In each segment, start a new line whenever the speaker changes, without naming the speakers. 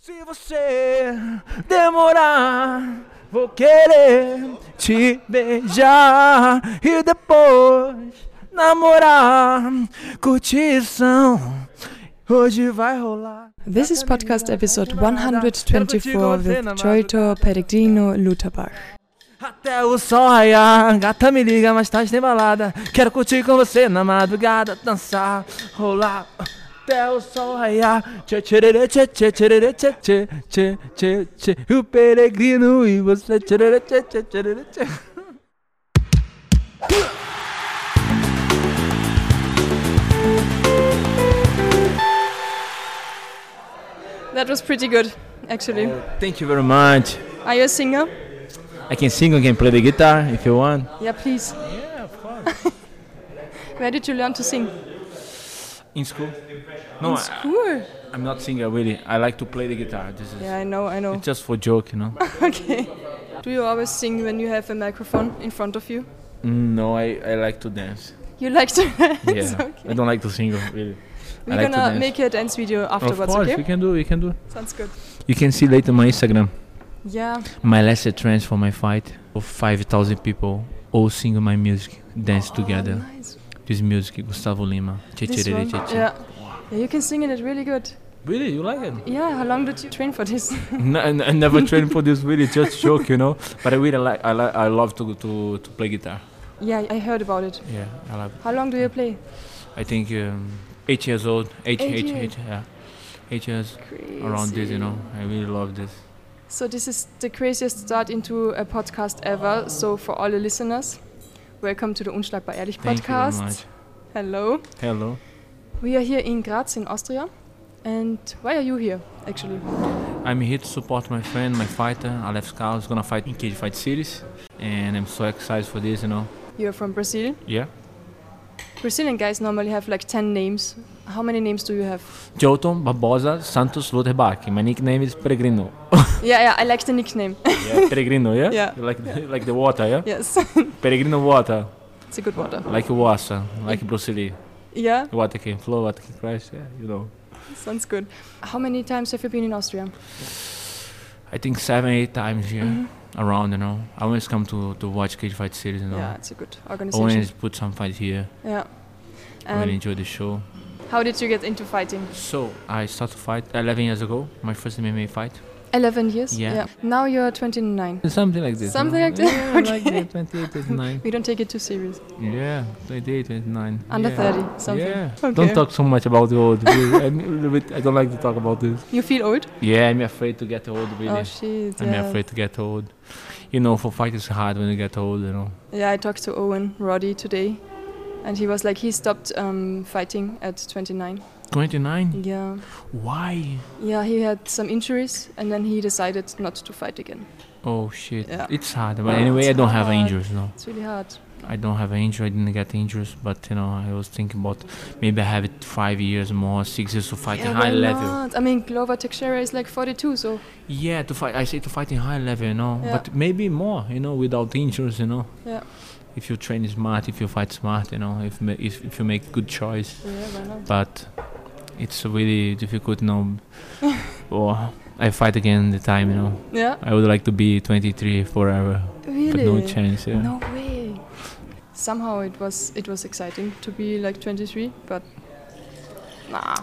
Se você demorar, vou querer te beijar e depois namorar. Curtição. Hoje vai rolar. né?
This is podcast episode 124 with Giorgio Peregrino Lutabach.
Até o sol raiar, gata me liga, mas tarde tem balada. Quero curtir com você na madrugada, dançar, rolar. Até o sol raiar, tchê tchererê, tchê tchê tchererê, tchê tchê tchê tchê tchê. E O peregrino e você, tchererê, tchê tchê tchererê, tchê.
That was pretty good, actually.
Thank you very much.
Are you a singer?
I can sing, I can play the guitar if you want.
Yeah, please. Yeah, of course. Where did you learn to sing?
In school? No, I,
Cool.
I'm not singer really. I like to play the guitar. This is
Yeah, I know, I know.
it's just for joke, you know.
Okay. Do you always sing when you have a microphone in front of you?
Mm, no, I, I like to dance.
You like to dance?
Yeah,
okay.
I don't like to sing really.
We're
like to
gonna
dance.
make a dance video
Of
afterwards,
course, we
okay?
can do, we can do.
Sounds good.
You can see later my Instagram.
Yeah.
My last trance for my fight of 5,000 people all sing my music, dance together.
Oh, Nice.
This music, Gustavo Lima. Che,
This
che, re, re,
one?
che, che.
Yeah. yeah, you can sing in it really good.
Really, you like it?
Yeah, how long did you train for this?
no, I, I never trained for this really, just joke, you know. But I really like, I, li- I love to, to, to play guitar.
yeah, I heard about it.
Yeah, I love it.
How long do you play?
I think um, eight years old, eight,
Eight
eight, eight,
years.
yeah. Eight years
Crazy.
around this, you know. I really love this.
So this is the craziest start into a podcast ever. So for all the listeners, welcome to the Unschlagbar Ehrlich
Thank you
podcast.
very much.
Hello.
Hello.
We are here in Graz in Austria. And why are you here actually?
I'm here to support my friend, my fighter, Alex Carlos, gonna fight in Cage Fight Series. And I'm so excited for this, you know.
You're from Brazil.
Yeah.
Brazilian guys normally have like 10 names. How many names do you have?
Joton Barbosa Santos Lutherbach. My nickname is Peregrino.
yeah, yeah, I like the nickname.
Yeah, Peregrino, yeah?
Yeah.
You Like, the- like the water, yeah?
yes,
Peregrino water.
it's a good water.
Like water, like Bruce Lee.
Yeah,
Water can flow, water can crash, yeah, you know.
sounds good. How many times have you been in Austria?
I think seven, eight times here
Mm-hmm.
around, you know. I always come to, to watch Cage Fight Series, you know.
Yeah, it's a good organization.
always put some fight here.
Yeah.
I really
Um,
enjoy the show.
how did you get into fighting?
So, I started to fight 11 years ago, my first MMA fight.
11 years?
Yeah.
Now you're 29.
Something like this.
Something like that,
Yeah, like
okay.
that, 28, 29.
We don't take it too serious.
yeah, 28, 29.
Under
yeah.
30, something.
Yeah.
Okay.
Don't talk so much about the old. really. I'm a little bit, I don't like to talk about this.
You feel old?
Yeah, I'm afraid to get old, really.
Oh, shit.
I'm
yeah.
afraid to get old. You know, for fight it's hard when you get old, you know.
Yeah, I talked to Owen Roddy today. And he was like, he stopped um, fighting at 29.
29?
Yeah.
Why?
Yeah, he had some injuries and then he decided not to fight again.
Oh shit.
Yeah.
It's hard. But
Yeah,
anyway,
it's
I don't have
hard.
injuries, no.
It's really hard.
I don't have an injury, I didn't get injuries, but you know, I was thinking about maybe I have it five years more, six years to fight in
Yeah,
high
why
level.
not? I mean, Glover Teixeira is like 42, so
Yeah, to fight I say to fight in high level, you know.
Yeah.
But maybe more, you know, without injuries, you know.
Yeah.
If you train smart, if you fight smart, you know, if ma- if, if you make good choice.
yeah, why not?
but it's really difficult now. or I fight again the time, you know.
Yeah,
I would like to be 23 forever,
really.
but no chance. Yeah.
No way. Somehow it was it was exciting to be like 23, but nah.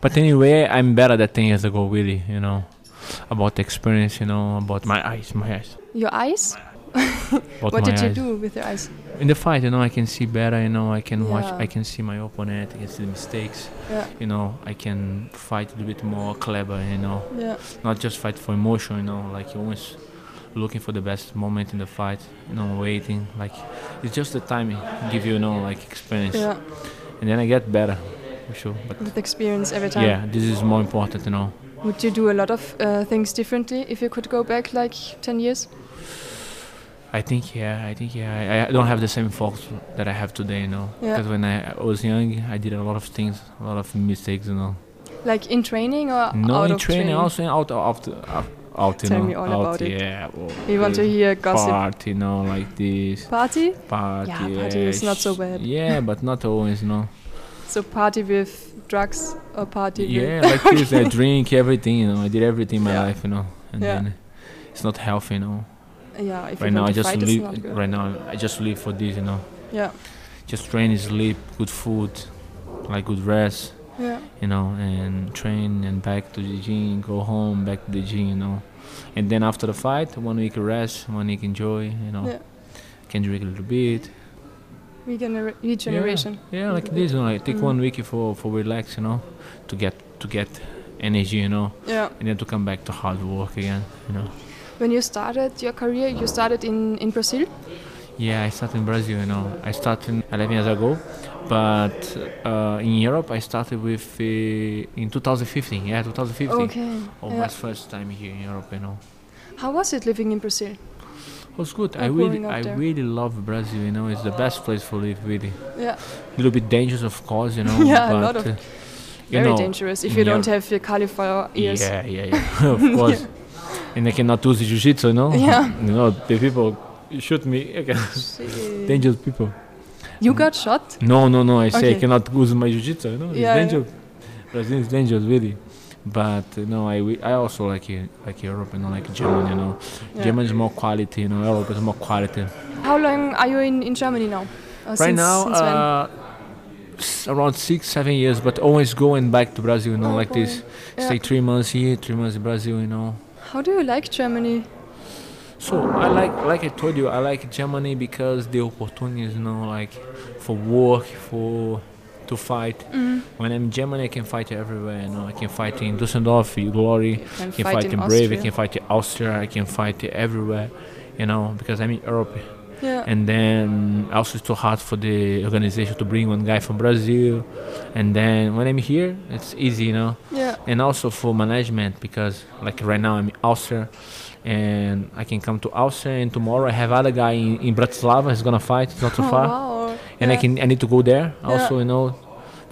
But anyway, I'm better than 10 years ago, really. You know, about the experience, you know, about my eyes, my eyes.
Your eyes?
About
what
my
did you
eyes.
do with your eyes?
In the fight, you know, I can see better. You know, I can watch.
Yeah.
I can see my opponent. I can see the mistakes.
Yeah,
You know, I can fight a little bit more clever. You know,
yeah,
not just fight for emotion, you know, like you're always looking for the best moment in the fight, you know, waiting. Like it's just the timing give you, you know, like experience.
yeah.
And then I get better, for sure. But
With experience every time.
yeah, this is more important, you know.
Would you do a lot of uh, things differently if you could go back like 10 years?
I think yeah, I think yeah. I, I don't have the same focus that I have today, you know.
Yeah.
Because when I, I was young, I did a lot of things, a lot of mistakes, you know.
Like in training or
No
out
in
of
training,
training?
also out out out, out you
Tell
know.
me all
out,
about it.
yeah, well,
We want to
this
hear gossip.
Part, you know, like this.
Party?
party.
Yeah, party is not so
sh-
bad.
Yeah, but not always, no.
So party with drugs or party
Yeah,
with
like this. I drink everything. You know, I did everything in my
Yeah.
life. You know, and
Yeah.
then it's not healthy. You know,
yeah. If
right
you
now
want
I
to
just
fight, it's not
live.
good.
Right now I just live for this. You know,
Yeah,
just train, sleep, good food, like good rest.
yeah,
You know, and train and back to the gym. Go home, back to the gym. You know, and then after the fight, one week rest, one week enjoy. You know,
Yeah.
can drink a little bit.
Regener- regeneration.
Yeah, like
Mhm.
this. You know, like take
Mm.
one week for for relax. You know, to get to get energy. You know,
Yeah.
and then to come back to hard work again. You know.
When you started your career, you started in in Brazil.
Yeah, I started in Brazil, you know. I started 11 years ago, but uh, in Europe I started with uh, in 2015. Yeah, 2015.
Okay.
Almost Oh, first time here in Europe, you know.
How was it living in Brazil?
It was good. I
Like
really,
growing up
I
there.
really love Brazil. You know, it's the best place for live. Really,
Yeah,
a little bit dangerous, of course, you know.
Yeah, a
but,
lot of-
uh, you
very
know,
dangerous if
in
you don't
Europe-
have your cauliflower ears.
Yeah, yeah, yeah. of course. And I cannot do the jiu-jitsu, you know.
Yeah.
You know, the people shoot me. Okay.
Shit.
dangerous people.
You got shot?
No, no, no. I say I
Okay.
cannot use my jiu-jitsu. You know, it's
Yeah, yeah.
dangerous. Brazil is dangerous, really. But you know, I wi- I also like Eu- like Europe, you know, like Germany. You know,
Yeah.
Germany is more quality. You know, Europe is more quality.
How long are you in, in Germany now? Or
right
since,
now,
since when?
uh, s- around six, seven years, but always going back to Brazil. You know,
Oh,
like this.
boy.
Stay
Yeah.
three months here, three months in Brazil. You know.
How do you like Germany?
So I like, like I told you, I like Germany because the opportunities, you know, like for work, for to fight.
Mm.
When I'm in Germany, I can fight everywhere. You know, I can fight in Düsseldorf, in Glory,
You
I can fight, in, Brave, I can fight in Austria, I can fight everywhere. You know, because I'm in Europe,
Yeah.
and then also it's too hard for the organization to bring one guy from Brazil. And then when I'm here, it's easy, you know
yeah.
and also for management because like right now I'm in Austria and I can come to Austria and tomorrow I have other guy in, in Bratislava he's gonna fight it's not so
Oh,
far
wow.
and I
Yeah.
can I need to go there also
Yeah.
you know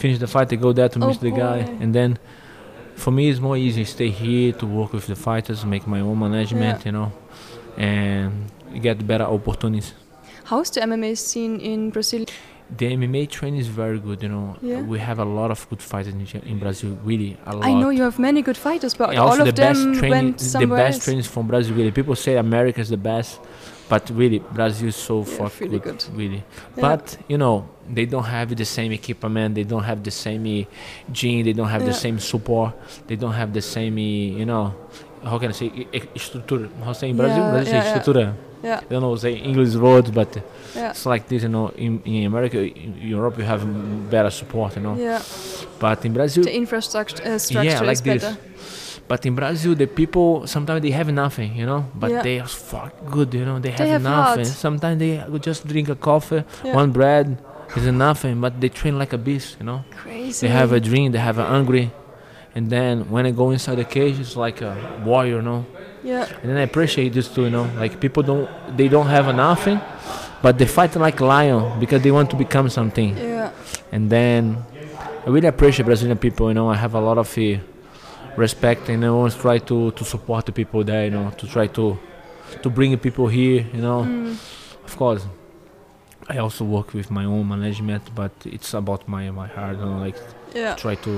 finish the fight I go there to
Oh,
meet the guy
boy.
and then for me it's more easy stay here to work with the fighters make my own management
Yeah.
you know and get better opportunities
How's the MMA scene in Brazil?
the MMA training is very good you know
Yeah.
we have a lot of good fighters in, Ge- in Brazil really a lot
I know you have many good fighters, but
And
all
also
of
the
them
best training,
went
the
somewhere
best
else.
trainings from Brazil. Really, people say America is the best, but really, Brazil is so
Yeah,
fuck
really
good,
good.
really.
Yeah.
But you know, they don't have the same equipment, they don't have the same eh, gene, they don't have the
Yeah.
same support, they don't have the same, eh, you know, how can I say, e- e- estrutura? How say in Brazil?
Yeah,
Brazil say
yeah, yeah.
estrutura.
yeah,
I don't know, say English words, but
yeah,
it's like this, you know. In, in America, in Europe, you have mm, better support, you know.
yeah.
But in Brazil,
The infrastructure uh, structure
yeah, like
is
this.
better.
But in Brazil, the people sometimes they have nothing, you know. But
Yeah.
they are fuck good, you know. They have,
have
nothing.
lots.
Sometimes they would just drink a coffee,
Yeah.
one bread is nothing. But they train like a beast, you know.
Crazy.
They have a dream. They have a hungry. And then when I go inside the cage, it's like a warrior, you know.
yeah,
And then I appreciate this too, you know. Like people don't, they don't have a nothing, but they fight like lion because they want to become something
yeah,
and then I really appreciate Brazilian people. You know, I have a lot of uh, respect, and I always try to, to support the people there. You know, to try to to bring people here. You know, of course, I also work with my own management, but it's about my my heart. You know, like
yeah,
try to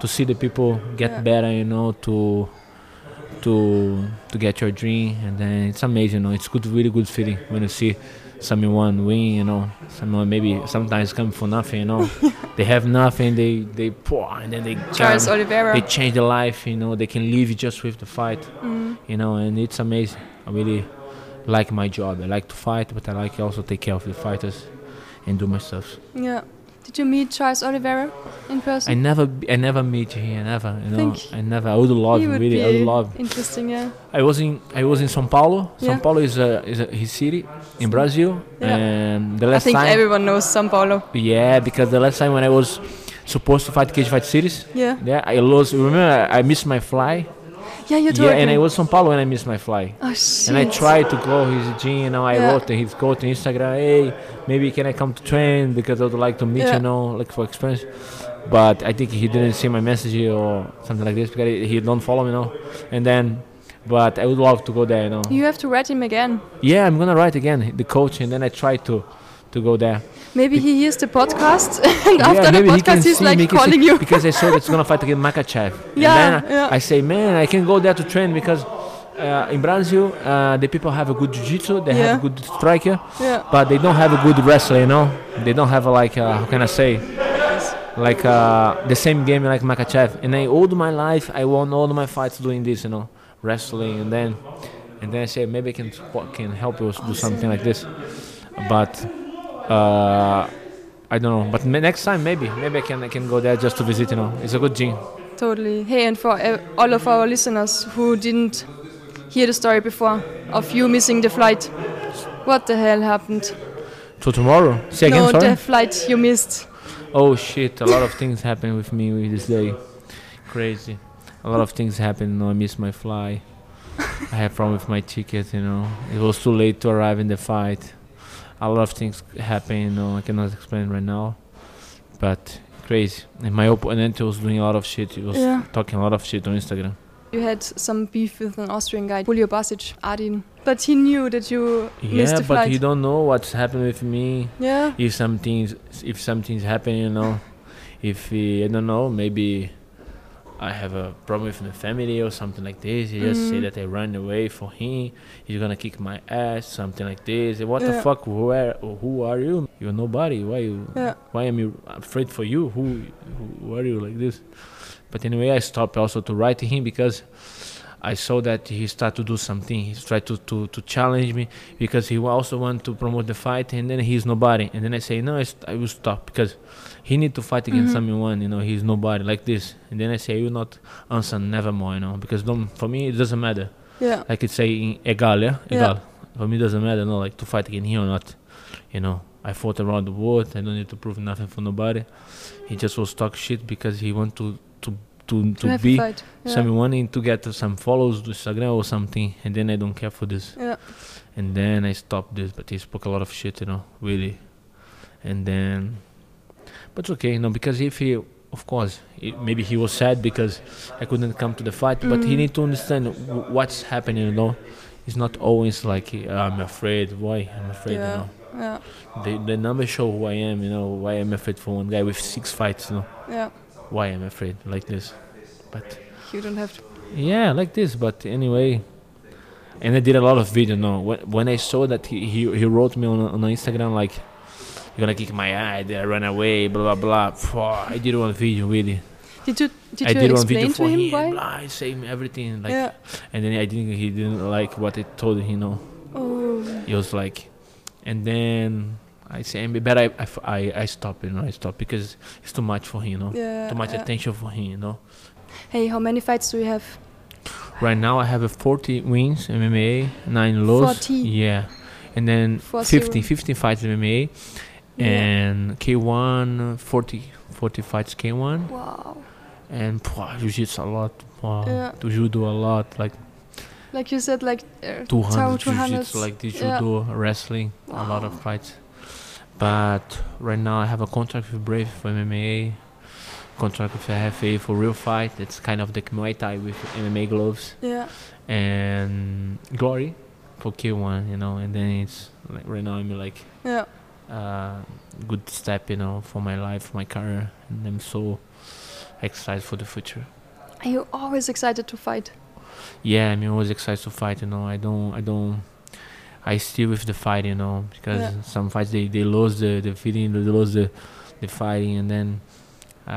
to see the people get
Yeah.
better. You know, to to to get your dream, and then it's amazing. You know, it's good, really good feeling when you see someone win. You know, someone maybe sometimes come for nothing. You know, they have nothing. They they poor, and then they
Charles
come,
Oliveira.
they change their life. You know, they can live just with the fight.
Mm-hmm.
You know, and it's amazing. I really like my job. I like to fight, but I like also take care of the fighters and do my stuff.
yeah. Did you meet Charles Oliveira in
I
person?
never, I never meet him. Never, you know.
Think
I never. I would love,
he would
really.
be
I would love.
interesting. Yeah,
I was in, I was in São Paulo.
Yeah.
São Paulo is a, is a his city in Brazil.
Yeah.
And the
I
last
think
time,
everyone knows São Paulo.
yeah, because the last time when I was supposed to fight Cage Fight Series,
Yeah,
yeah, I lost. Remember, I missed my fly.
yeah, you're
Yeah,
talking.
and I was São Paulo when I missed my fly.
oh, shit.
And I tried to go his gym, you know, I
Yeah.
wrote to his coach on Instagram, hey, maybe can I come to train because I would like to meet,
Yeah.
you know, like for experience. But I think he didn't see my message or something like this because he- he don't follow me, you know. And then, but I would love to go there, you know.
You have to write him again.
Yeah, I'm gonna write again the coach, and then I try to to go there.
Maybe he hears the podcast, and after the
maybe he can
podcast, he's
see me, he can
like
see-
calling you.
because I saw that's gonna fight against Makachev.
Yeah,
and then I-
yeah.
I say, man, I can go there to train because uh, in Brazil uh, the people have a good jiu-jitsu, they have
Yeah.
a good striker,
Yeah.
but they don't have a good wrestler. You know, they don't have a, like uh, how can I say, like uh, the same game like Makachev. And I all my life I won all my fights doing this. You know, wrestling, and then and then I say maybe I can support- can help you do something like this, but. Uh, I don't know, but ma- next time maybe, maybe I can I can go there just to visit. You know, it's a good gym.
Totally. Hey, and for uh, all of our listeners who didn't hear the story before of you missing the flight, what the hell happened?
So tomorrow, see again.
no,
sorry.
the flight you missed.
Oh shit! A lot of things happened with me with this day. Crazy. A lot of things happened. You know, I missed my fly. I had problem with my ticket. You know, it was too late to arrive in the fight. A lot of things happened. You know, I cannot explain right now, but crazy. And my opponent was doing a lot of shit. He was
Yeah.
talking a lot of shit on Instagram.
You had some beef with an Austrian guy, Julio Basic, Adin. But he knew that you missed
Yeah,
the
but
flight.
you don't know what's happened with me.
yeah.
if something's if something's happening you know if uh, i don't know maybe i have a problem with my family or something like this he just say
Mhm.
that i ran away for him he's gonna kick my ass something like this what the
Yeah.
fuck where who are you you're nobody why you
Yeah.
why am you afraid for you who, who who are you like this but anyway i stopped also to write to him because I saw that he started to do something. He tried to, to, to challenge me because he also want to promote the fight, and then he's nobody. And then I say, no, I, st- I will stop because he need to fight against
Mhm.
someone. You know, he's nobody like this. And then I say, I will not answer nevermore. You know, because don't, for me it doesn't matter.
Yeah.
Like it's say in egal, yeah,
Yeah.
egal. For me it doesn't matter. No, like to fight against him or not. You know, I fought around the world. I don't need to prove nothing for nobody. He just was talk shit because he want to to to,
To
to
have
be
a fight. Yeah.
someone need to get some follows to Instagram or something, and then I don't care for this.
Yeah.
And then I stopped this, but he spoke a lot of shit, you know, really. And then, but it's okay, you know, because if he, of course, it, maybe he was sad because I couldn't come to the fight, but he
Mhm.
need to understand w- what's happening, you know. It's not always like uh, I'm afraid. Why I'm afraid, you
yeah.
know.
yeah.
The the numbers show who I am, you know. Why I'm afraid for one guy with six fights, you know.
Yeah.
Why I'm afraid like this, but.
You don't have to.
Yeah, like this. But anyway, and I did a lot of video. No, when, when I saw that he, he he wrote me on on Instagram like, "You're gonna kick my eye, I run away, blah blah blah." Phew, I did one video really.
Did you did
I
you
did one video
explain to
for
him
him.
why?
Blah, I say everything like,
yeah.
and then I didn't. He didn't like what I told him. You know,
Oh.
he was like, and then. I say, but I, I, f- I, I stop, you know, I stop because it's too much for him, you know,
Yeah.
too much
yeah.
attention for him, you know.
Hey, how many fights do you have?
Right now, I have a 40 wins MMA, nine loss.
40.
Yeah, and then
Four
50,
zero.
50 fights MMA,
Yeah.
and K1 uh, 40, 40 fights K1,
Wow.
and pwah, jiu-jitsu a lot. Wow.
Yeah.
To judo a lot, like
Like you said, like uh,
200
200.
jiu-jitsu, like this
yeah.
judo, wrestling, a lot of fights. But right now, I have a contract with Brave for MMA, contract with FA for real fight. It's kind of like Muay Thai with MMA gloves
Yeah.
and Glory for K1, you know, and then it's like right now I'm like
Yeah.
uh good step, you know, for my life, my career, and I'm so excited for the future.
Are you always excited to fight?
Yeah, I'm always excited to fight, you know. I don't I don't I stay with the fight, you know, because
Yeah.
some fights they, they lose the, the feeling, they lose the, the fighting and then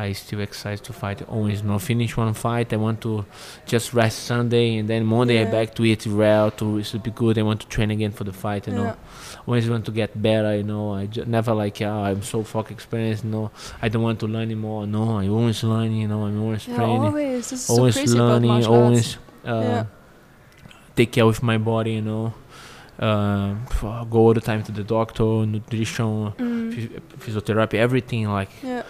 I still excited to fight always no finish one fight. I want to just rest Sunday and then Monday I
Yeah.
back to it well to sleep good. I want to train again for the fight, you know.
yeah.
always want to get better you know i ju- never like yeah i'm so fuck experienced no i don't want to learn anymore no i'm always learning you know i'm always
Yeah,
training
always. This is
always
so crazy about
learning
martial arts.
always uh,
Yeah.
take care of my body you know uh, f- go all the time to the doctor nutrition
Mm.
phys- physiotherapy everything like
Yeah.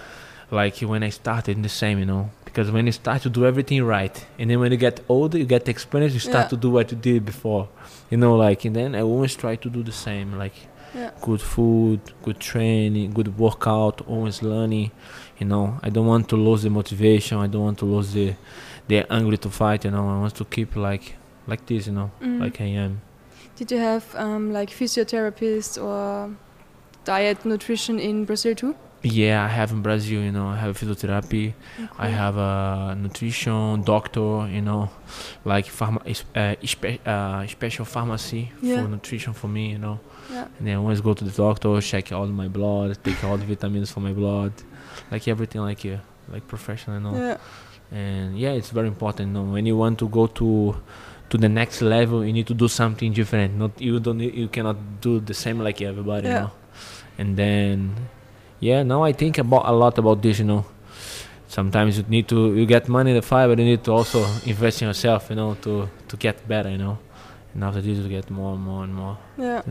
like when i started the same you know because when you start to do everything right and then when you get older you get experience you start
Yeah.
to do what you did before you know like and then i always try to do the same like
Yeah.
good food, good training, good workout, always learning. You know, I don't want to lose the motivation. I don't want to lose the the angry to fight. You know, I want to keep like like this. You know,
Mm.
like I am.
Did you have um, like physiotherapists or diet nutrition in Brazil too?
Yeah, I have in Brazil, you know, I have physiotherapy, I have a nutrition doctor, you know, like pharma, is- uh, spe- uh, special pharmacy
Yeah.
for nutrition for me, you know.
Yeah.
And then I always go to the doctor, check all my blood, take all the vitamins for my blood, like everything, like uh, like professional, you know.
Yeah.
And yeah, it's very important. You know, when you want to go to to the next level, you need to do something different. Not you don't you cannot do the same like everybody.
Yeah.
You know? And then yeah, now I think about a lot about this. You know, sometimes you need to you get money the fire, but you need to also invest in yourself. You know, to to get better. You know, and after this you get more and more and more.
Yeah.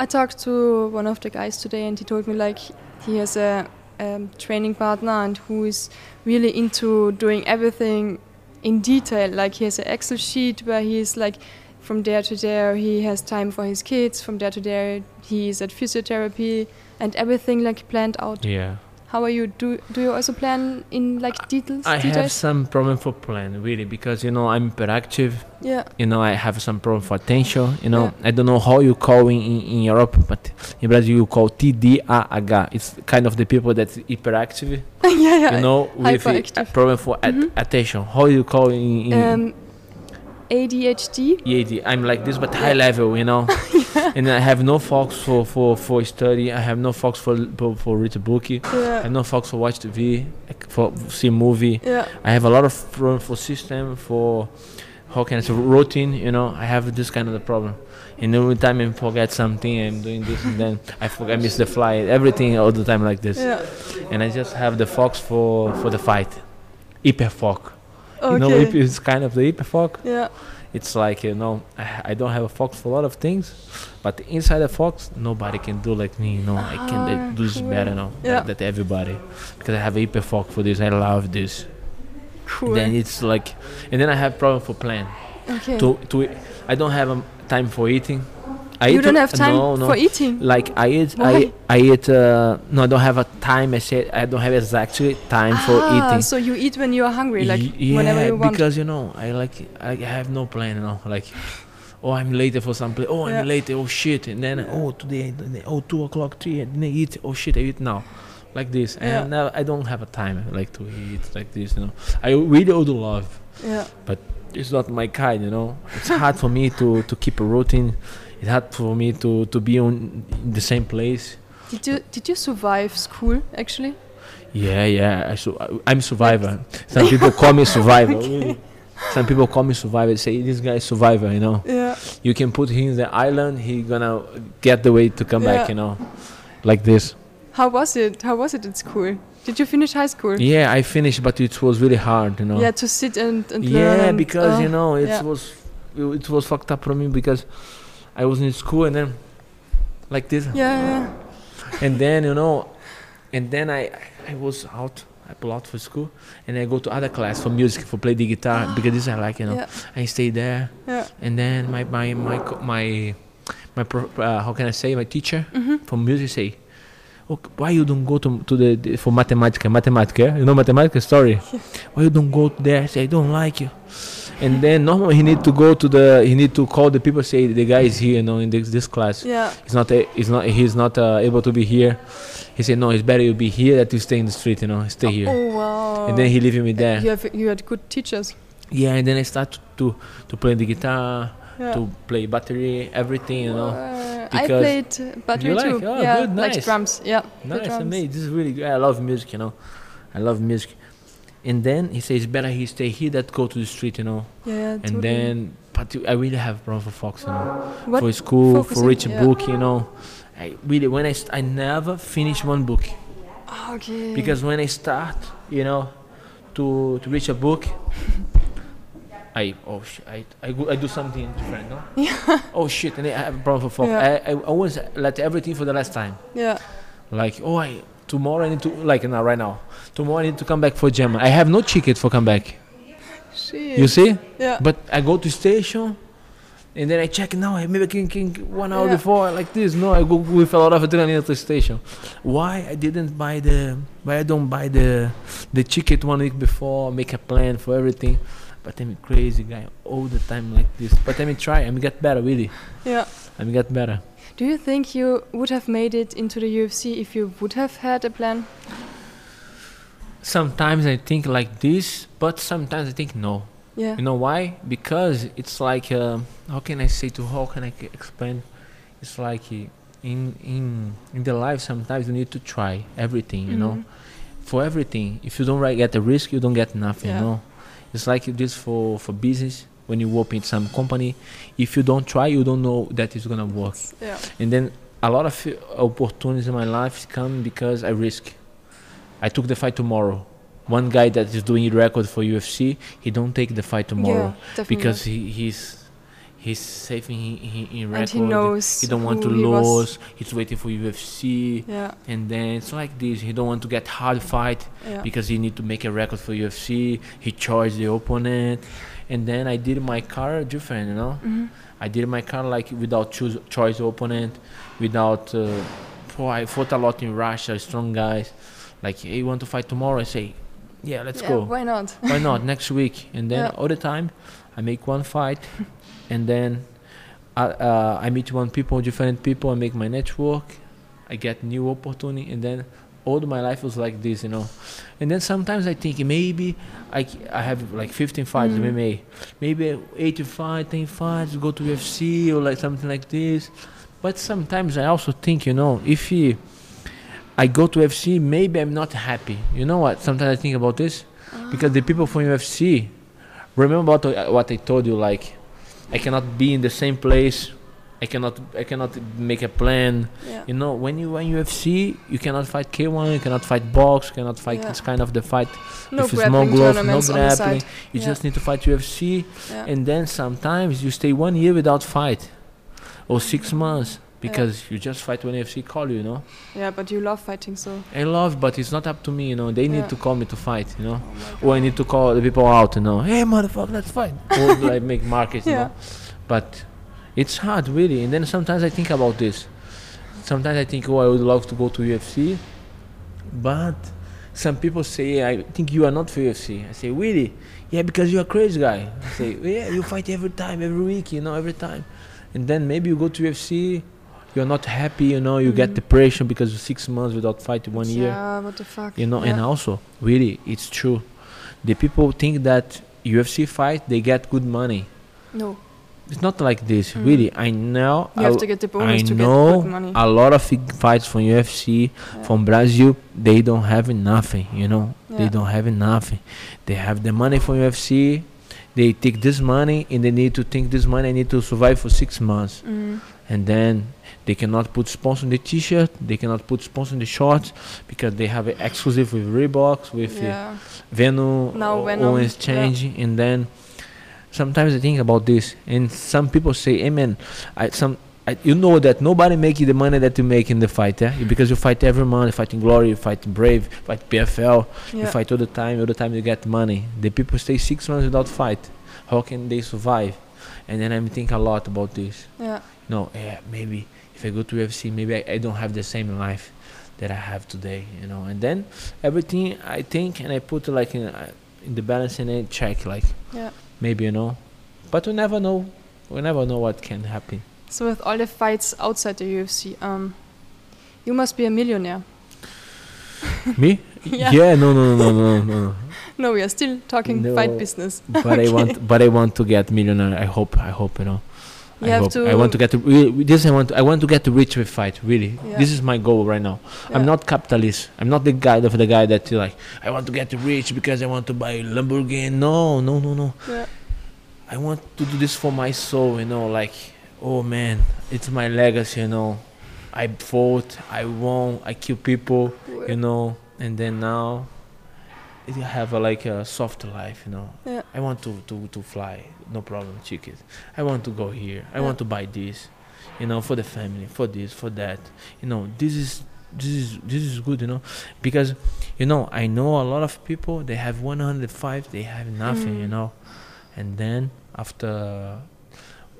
I talked to one of the guys today and he told me like he has a um, training partner and who is really into doing everything in detail. Like he has an Excel sheet where he is like from there to there he has time for his kids, from there to there he is at physiotherapy and everything like planned out.
Yeah.
How are you do do you also plan in like details?
I have
details?
some problem for plan really because you know I'm hyperactive.
yeah.
you know i have some problem for attention you know
Yeah.
i don't know how you call in, in, in europe but in brazil you call tdah it's kind of the people that's hyperactive
yeah, yeah.
you know with the
hyperactive.
problem for at-
Mhm.
attention how you call in, in
um, ADHD.
EAD. i'm like this but high level you know and i have no focus for, for, for study i have no focus for, for, for read a book i
Yeah.
have no focus for watch tv for see movie
Yeah.
I have a lot of problem for system for how can I say routine. You know, I have this kind of a problem. And every time I forget something, I'm doing this, and then I forget, I miss the flight. Everything all the time like this.
Yeah.
And I just have the fox for for the fight, hyper fox.
Okay.
You know, hyper is kind of the hyper fox.
yeah.
It's like you know, I, I don't have a fox for a lot of things, but inside the fox, nobody can do like me. You know, I can
Ah,
uh, do this
cool.
better now
Yeah.
than everybody because I have hyper fox for this. I love this
Cool.
then it's like and then i have problem for plan
okay.
to to i don't have um, time for eating I
you
eat
don't
a-
have time
no, no.
for eating.
like i eat
Why?
i i eat uh, no i don't have a time i said i don't have exactly time for
ah,
eating
So you eat when you are hungry, like
Y- yeah,
whenever you want.
because you know i like i have no plan you know like oh i'm later for some place oh i'm
Yeah.
late oh shit and then oh today I didn't- oh two o'clock three i didn't eat oh shit i eat now like this and
Yeah.
now i don't have a time like to eat like this you know i really would love
yeah.
it's not my kind, you know. It's hard for me to, to keep a routine. It's hard for me to, to be on in the same place.
Did you did you survive school actually?
Yeah, yeah. I su- I- I'm survivor. Some people call me survivor. really. Some people call me survivor. Say this guy is survivor, you know.
Yeah.
You can put him in the island. He gonna get the way to come back,
Yeah.
you know, like this.
How was it? How was it at school? Did you finish high school?
Yeah, I finished, but it was really hard, you know.
Yeah, to sit and, and learn.
yeah
and-
because
oh,
you know it
yeah.
was it was fucked up for me because i was in school and then like this
Yeah,
and then you know and then i i was out i pull out for school and i go to other class for music for play the guitar because this i like you know
Yeah.
i stay there
yeah,
and then my my my co- my, my pro, uh, how can i say my teacher
yeah. hmm
for music say "Ok, why you don't go to, to the, the for mathematica mathematica eh? you know mathematica story why you don't go there say i don't like you and then normally he need to go to the he need to call the people say the guy is here you know in this, this class
Yeah.
he's not a, he's not he's not uh, able to be here he said no it's better you be here that you stay in the street you know stay here
Oh wow.
and then he leaving me there
You
yeah.
have you had good teachers.
and then i start to to play the guitar
Yeah.
to play battery everything you know
Uh, I
because-
played uh, battery
like?
too.
Oh,
yeah,
good,
like
nice.
drums. Yeah. the
Nice,
drums.
amazing. This is really good. I love music, you know. I love music. And then he says, better he stay here than go to the street, you know.
Yeah, yeah,
And
totally.
then, but I really have problem for Fox, you know.
what?
For school,
Focusing,
for reading
yeah.
book, you know. I really, when I, st- I never finish one book.
Ah, okay.
Because when I start, you know, to, to reach a book, I, oh, sh- I, I, go, I do something different, no? oh, shit, and I have a problem for Fox.
Yeah.
I, I always let everything for the last time
yeah.
like oh I tomorrow I need to like now right now tomorrow I need to come back for Gemma I have no ticket for come back
Shit.
you see
Yeah.
but I go to station and then I check now I maybe I can, can one hour
Yeah.
before like this no I go with a lot of adrenaline to station why I didn't buy the why I don't buy the the ticket one week before make a plan for everything but I'm a crazy guy all the time like this. But I'm try, I'm get better really.
Yeah.
I'm get better.
Do you think you would have made it into the UFC if you would have had a plan?
Sometimes I think like this, but sometimes I think no.
Yeah.
You know why? Because it's like um how can I say to how can I c- explain? It's like uh, in in in the life sometimes you need to try everything. You know,
Mhm.
for everything. If you don't ri- get the risk, you don't get nothing.
Yeah.
You know, it's like this for for business. When you open some company, if you don't try, you don't know that it's gonna work.
Yeah.
And then a lot of uh, opportunities in my life come because I risk. I took the fight tomorrow. One guy that is doing record for UFC, he don't take the fight tomorrow
yeah, definitely.
because he, he's he's saving he, he, in record.
and he knows
He don't want to
who he was.
lose. He's waiting for UFC,
Yeah.
and then it's like this. He don't want to get hard fight
Yeah.
because he need to make a record for UFC. He charged the opponent, and then I did my car different, you know.
Mhm.
I did my car like without choose, choice opponent, without. Uh, boy, I fought a lot in Russia, strong guys. Like, hey, you want to fight tomorrow? I say, yeah, let's
yeah,
go.
Why not?
Why not next week? And then
Yeah.
all the time, I make one fight, and then I, uh, I meet one people, different people. I make my network. I get new opportunity, and then all my life was like this, you know. And then sometimes I think maybe I, c- I have like 15 fights
Mm.
MMA, maybe 85, 10 fights, go to UFC or like something like this. But sometimes I also think, you know, if he, I go to UFC, maybe I'm not happy. You know what? Sometimes I think about this because the people from UFC remember what I, what I told you like I cannot be in the same place I cannot I cannot make a plan
Yeah.
you know when you are in UFC you cannot fight K1 you cannot fight box you cannot fight
Yeah.
this kind of the fight
No
if it's more
grappling
glove, no
tournaments on the
grappling,
side.
you
Yeah.
just need to fight UFC
Yeah.
and then sometimes you stay one year without fight or six
Mm-hmm.
months because you just fight when UFC call you, you know.
yeah, but you love fighting, so.
I love, but it's not up to me, you know. They
Yeah.
need to call me to fight, you know
Oh my
or I need to call the people out and know, hey motherfucker, let's fight. or like make markets, you
Yeah.
know. But it's hard really. And then sometimes I think about this. Sometimes I think, oh, I would love to go to UFC, but some people say, I think you are not for UFC. I say, really? Yeah, because you're a crazy guy. I say, yeah, you fight every time, every week, you know, every time. And then maybe you go to UFC, you're not happy, you know, you get
Mhm.
depression because of six months without fighting one year
Yeah, what the fuck.
you know
yeah.
and also really it's true the people think that ufc fight they get good money
No,
it's not like this
Mhm.
really i know
you
a-
have to get the bonus
I
to
know
get good money.
a lot of fig- fights from ufc
Yeah.
from brazil they don't have nothing you know they
Yeah.
don't have nothing they have the money from ufc they take this money and they need to think this money need to survive for six months
Mm.
and then they cannot put sponsor on the t-shirt they cannot put sponsor on the shorts because they have it exclusive with Reebok with uh,
Yeah.
Venom
Now
or
Venom,
Owens
yeah.
change and then sometimes I think about this and some people say hey man I, some I, you know that nobody make you the money that you make in the fight eh? because you fight every month you fight in Glory you fight in Brave you fight PFL you
Yeah.
fight all the time all the time you get money the people stay six months without fight how can they survive and then I'm thinking a lot about this
Yeah.
no, yeah, maybe if I go to UFC, maybe I, I don't have the same life that I have today, you know. And then everything I think and I put like in, uh, in the balance and I check like
Yeah.
maybe you know, but we never know. We never know what can happen.
So with all the fights outside the UFC, um, you must be a millionaire.
Me?
Yeah.
no, no, no, no, no, no.
No, we are still talking
No.
fight business.
But I want, but I want to get millionaire. I hope, I hope you know.
You
I
have
hope.
to.
I want to get re- this. I want. To, I want to get rich with fight. Really,
Yeah.
this is my goal right now. I'm
yeah.
not capitalist. I'm not the guy of the guy that like I want to get rich because I want to buy Lamborghini. No, no, no, no.
Yeah.
I want to do this for my soul, you know, like oh man, it's my legacy, you know. I fought, I won, I kill people, you know, and then now I have a, like a soft life, you know.
Yeah.
I want to, to, to fly, no problem, ticket. I want to go here. I
Yeah.
want to buy this, you know, for the family, for this, for that. You know, this is this is this is good, you know, because you know I know a lot of people they have 105, they have nothing, you
Mm.
know, and then after,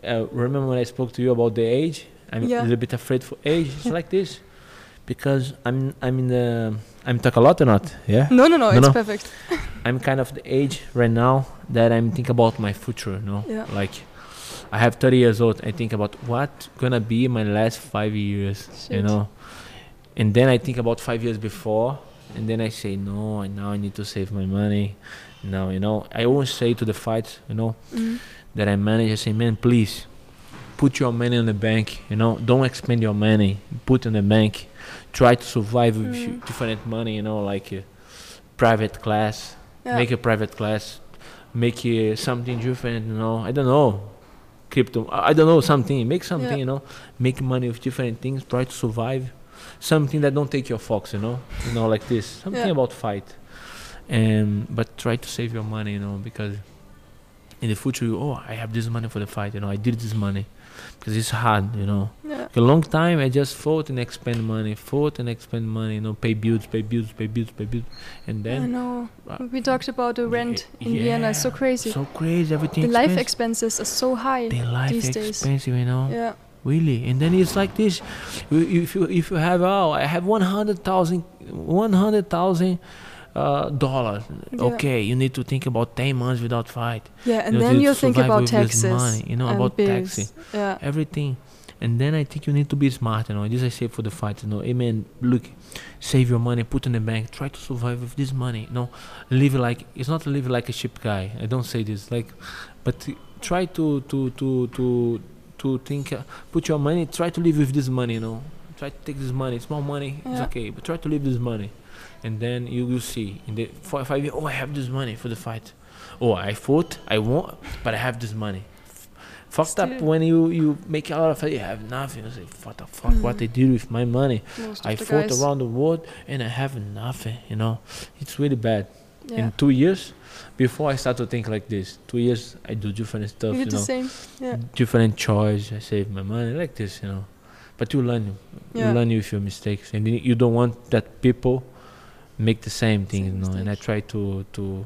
uh, remember when I spoke to you about the age? I'm a
Yeah.
little bit afraid for age. It's like this. because I'm I'm in the I'm talk a lot or not? Yeah.
No, no, no,
No,
it's
no.
perfect.
I'm kind of the age right now that I'm think about my future. You know,
Yeah.
like I have 30 years old. I think about what gonna be my last five years. You
Shit.
know, and then I think about five years before, and then I say no. And now I need to save my money. Now you know I always say to the fights, you know,
Mhm.
that I manage, I say, man, please put your money on the bank. You know, don't expend your money. Put on the bank. Try to survive with
Mm.
different money. You know, like uh, private class.
Yeah.
Make a private class. Make uh, something different. You know, I don't know. Crypto. I I don't know something. Make something.
Yeah.
You know, make money with different things. Try to survive. Something that don't take your fox. You know, you know, like this. Something
Yeah.
about fight. Um, but try to save your money. You know, because in the future, you, oh, I have this money for the fight. You know, I did this money because it's hard. You know,
yeah.
a long time I just fought and expend money, fought and expend money. You know, pay bills, pay bills, pay bills, pay bills, and
I
then
know.
uh,
We talked about the rent in Vienna. It's so
yeah,
crazy.
so crazy. Everything.
the life
expensive.
expenses are so high.
The life
these days.
expensive, you know.
Yeah.
Really, and then it's like this. You- If you if you have oh, I have one hundred thousand, one hundred thousand uh, dollars.
Yeah.
Okay, you need to think about ten months without fight.
Yeah, and
You
then
need
you
to
think
survive
about
with this
taxes.
money, you know,
and
about
bills.
taxing.
Yeah.
everything. And then I think you need to be smart, you know. This I say for the fight, you know. Hey man, look, save your money, put in the bank, try to survive with this money. You know, live like it's not live like a cheap guy. I don't say this like, but try to to to to to think. Uh, put your money. Try to live with this money, you know. Try to take this money. It's more money. It's
Yeah.
okay, but try to live this money, and then you will see in the four five years. Oh, I have this money for the fight. Oh, I fought, I won, but I have this money. Fucked up
Still-
when you you make a lot of you have nothing. You say, what the fuck? What
Mhm.
they did with my money?
Most
I
of the
fought
guys.
around the world and I have nothing. You know, it's really bad.
Yeah.
In two years, before I start to think like this, two years I do different stuff.
you
You,
did the
know,
same. Yeah.
different choice. I save my money like this. You know, but you learn.
Yeah.
You learn with your mistakes, and you don't want that people make the same thing.
Same
you know, and I
mistakes.
try to to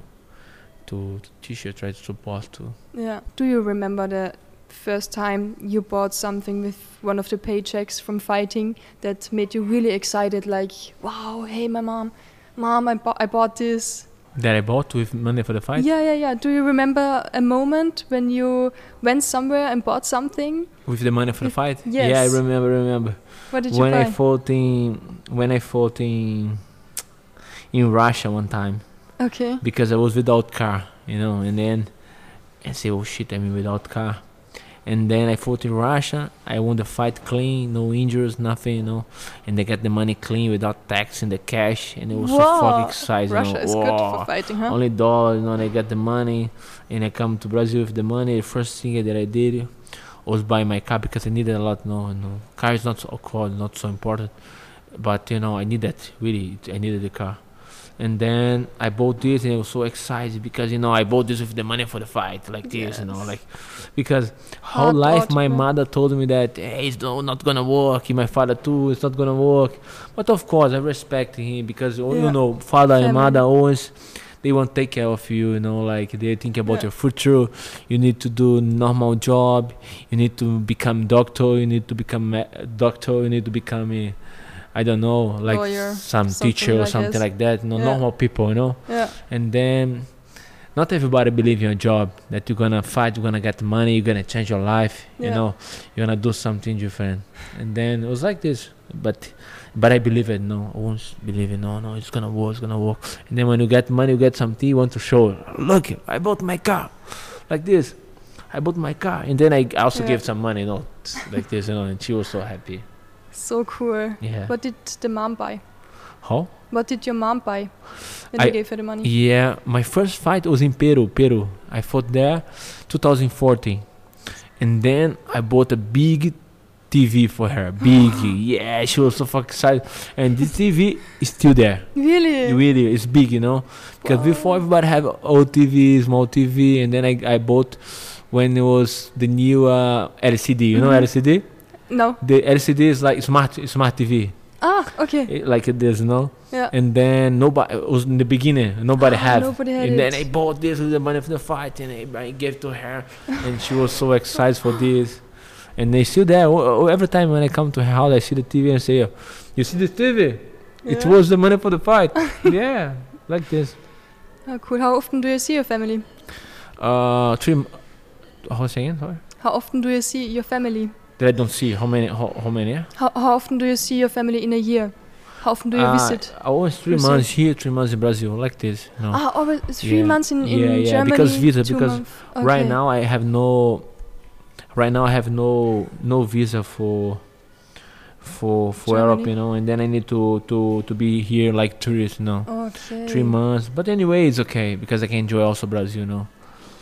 to, to teach you, try to support to.
Yeah. Do you remember the first time you bought something with one of the paychecks from fighting that made you really excited? Like, wow, hey, my mom, mom, I, bought I bought this.
That I bought with money for the fight.
Yeah, yeah, yeah. Do you remember a moment when you went somewhere and bought something?
With the money for the
With-
fight?
yes.
Yeah, I remember, remember.
What did
when
you buy?
I fought in when I fought in in Russia one time
okay.
because I was without car, you know, and then I say, Oh shit, I'm without car. And then I fought in Russia, I won the fight clean, no injuries, nothing, you know. And they got the money clean without tax in the cash and it was so
Wow.
fucking exciting. you
Russia
know.
is good for
Wow
fighting, huh?
only dollar, you know, and I got the money, and I come to Brazil with the money. The first thing that I did was buy my car because I needed a lot. No, no, car is not so cool, not so important, but you know, I need that really. I needed the car, and then I bought this, and I was so excited because you know I bought this with the money for the fight, like this, you know,
Yes.
like because how
Hard
life
work,
my
man.
mother told me that hey, it's no, not gonna work. My father too, it's not gonna work. But of course, I respect him because oh,
Yeah.
you know, father and
Family.
mother always they won't take care of you. You know, like they think about
Yeah.
your future. You need to do normal job. You need to become doctor. You need to become a doctor. You need to become a I don't know, like
Lawyer,
some
something
teacher or
like
something
this.
like that. No,
Yeah.
normal people, you know
Yeah.
and then not everybody believe in your job that you're gonna fight you're gonna get money you're gonna change your life you
Yeah.
know you're gonna do something different and then it was like this but but i believe it no i won't believe it no no it's gonna work it's gonna work and then when you get money you get something you want to show look i bought my car like this i bought my car and then i also
Yeah.
gave some money you know like this you know and she was so happy
So cool.
yeah
What did the mom buy?
how
What did your mom buy when
I-
you gave her the money?
Yeah, E my first fight was in Peru, Peru. I fought there 2014. And then I bought a big TV for her. Big. yeah, she was so fucking excited. And this TV is still there.
Really?
Really, it's big, you know. Because
Wow.
before everybody have old TV, small TV, and then I, I bought when it was the new uh, LCD. You know
Mhm.
LCD?
No.
The LCD is like smart smart TV.
Ah, okay.
eh, like this, you know?
Yeah.
And then nobody it was in the beginning, nobody had
Ah, Nobody had
and
it.
then I bought this with the money from the fight, and I, I gave to her, and she was so excited for this. and they still there. O- o- Every time when I come to her house, I see the TV and say, "Oh, "You see this TV? It
Yeah.
was the money for the fight." yeah, like this.
Oh, cool. How often do you see your family?
Uh, three. m- How was I saying? Sorry.
How often do you see your family?
That I don't see how many. How, how many? Yeah?
How, how often do you see your family in a year? How often do you
Ah,
visit?
I was three
Visit.
months here, three months in Brazil, like this. You know.
Ah, over three
Yeah.
months in, in
Yeah, yeah,
Germany.
because visa,
two
because
months.
Right
Okay.
now, I have no. Right now, I have no no visa for. For for Europe,
Germany.
you know, and then I need to to to be here like tourist, you know.
Okay.
three months. But anyway, it's okay because I can enjoy also Brazil, you know.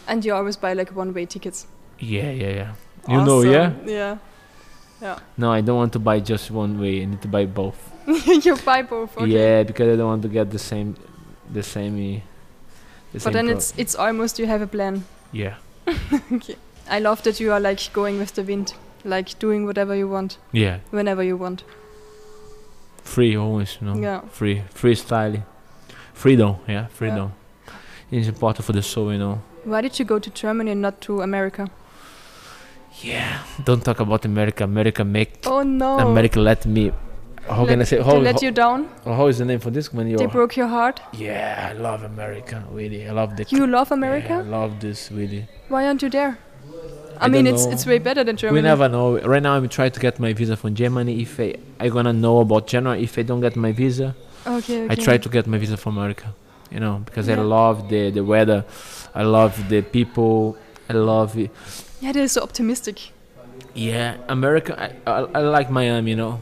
And you always buy like one-way tickets.
Yeah, yeah, yeah. You know, yeah.
Awesome. Yeah.
No, I don't want to buy just one way. I need to buy both.
you buy both. Okay.
Yeah, because I don't want to get the same, the same. eh, The
But then it's it's almost you have a plan.
yeah,
I love that you are like going with the wind, like doing whatever you want,
yeah,
whenever you want.
free always, you know.
Yeah.
Free, freestyle, freedom. Yeah, freedom. It's important for the soul, you know.
Why did you go to Germany and not to America?
Yeah. Don't talk about America. America make
Oh no.
America let me. How can I
Let-
say?
they
How,
let
how,
you down.
how is the name for this when
They
you?
broke your heart.
Yeah, I love America. Really, I love the.
You love
Yeah, I
America?
love this really.
Why aren't you there? I,
I
mean,
don't
it's
know.
it's way better than Germany.
We never know. Right now, I'm trying to get my visa from Germany. If I I gonna know about January, if I don't get my visa,
Okay. okay.
I try to get my visa from America. You know, because I
Yeah.
love the the weather, I love the people, I love it.
Yeah, they're so optimistic.
Yeah, America. I, I, I like Miami. You know.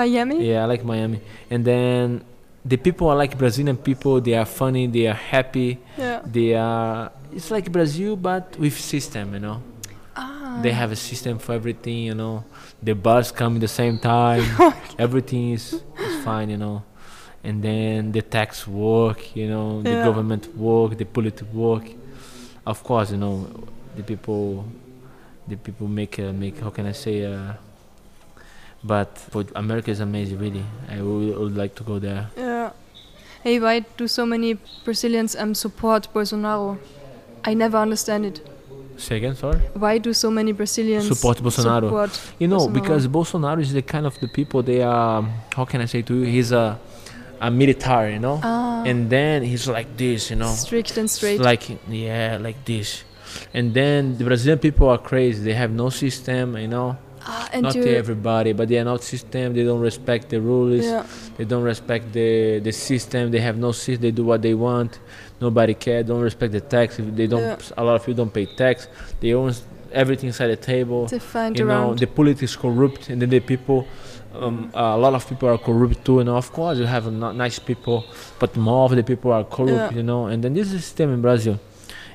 Miami.
Yeah, I like Miami. And then the people are like Brazilian people. They are funny. They are happy.
Yeah.
They are. It's like Brazil, but with system. You know.
Ah.
They have a system for everything, you know. The bus come at the same time. everything is, is fine, you know. And then the tax work, you know, the
Yeah.
government work, the political work. Of course, you know, the people, the people make uh, make. How can I say? Uh, but for America is amazing, really. I would, would like to go there.
Yeah. Hey, why do so many Brazilians um, support Bolsonaro? I never understand it.
Say again, sorry.
Why do so many Brazilians
Support Bolsonaro.
support
You know,
Bolsonaro.
because Bolsonaro is the kind of the people they are. How can I say to you? He's a a military, you know.
ah,
and then he's like this, you know,
strict and straight?
like yeah, like this. And then the Brazilian people are crazy. They have no system, you know.
ah, and
not
you,
everybody, but they are not system. They don't respect the rules.
yeah,
They don't respect the the system. They have no system. They do what they want. Nobody care. Don't respect the tax. If They don't.
Yeah.
A lot of people don't pay tax. They own s- everything inside the table.
they find
You know,
around.
the politics corrupt, and then the people, um, a lot of people are corrupt too. And of course, you have not nice people, but more of the people are corrupt,
Yeah.
you know. And then this is system in Brazil.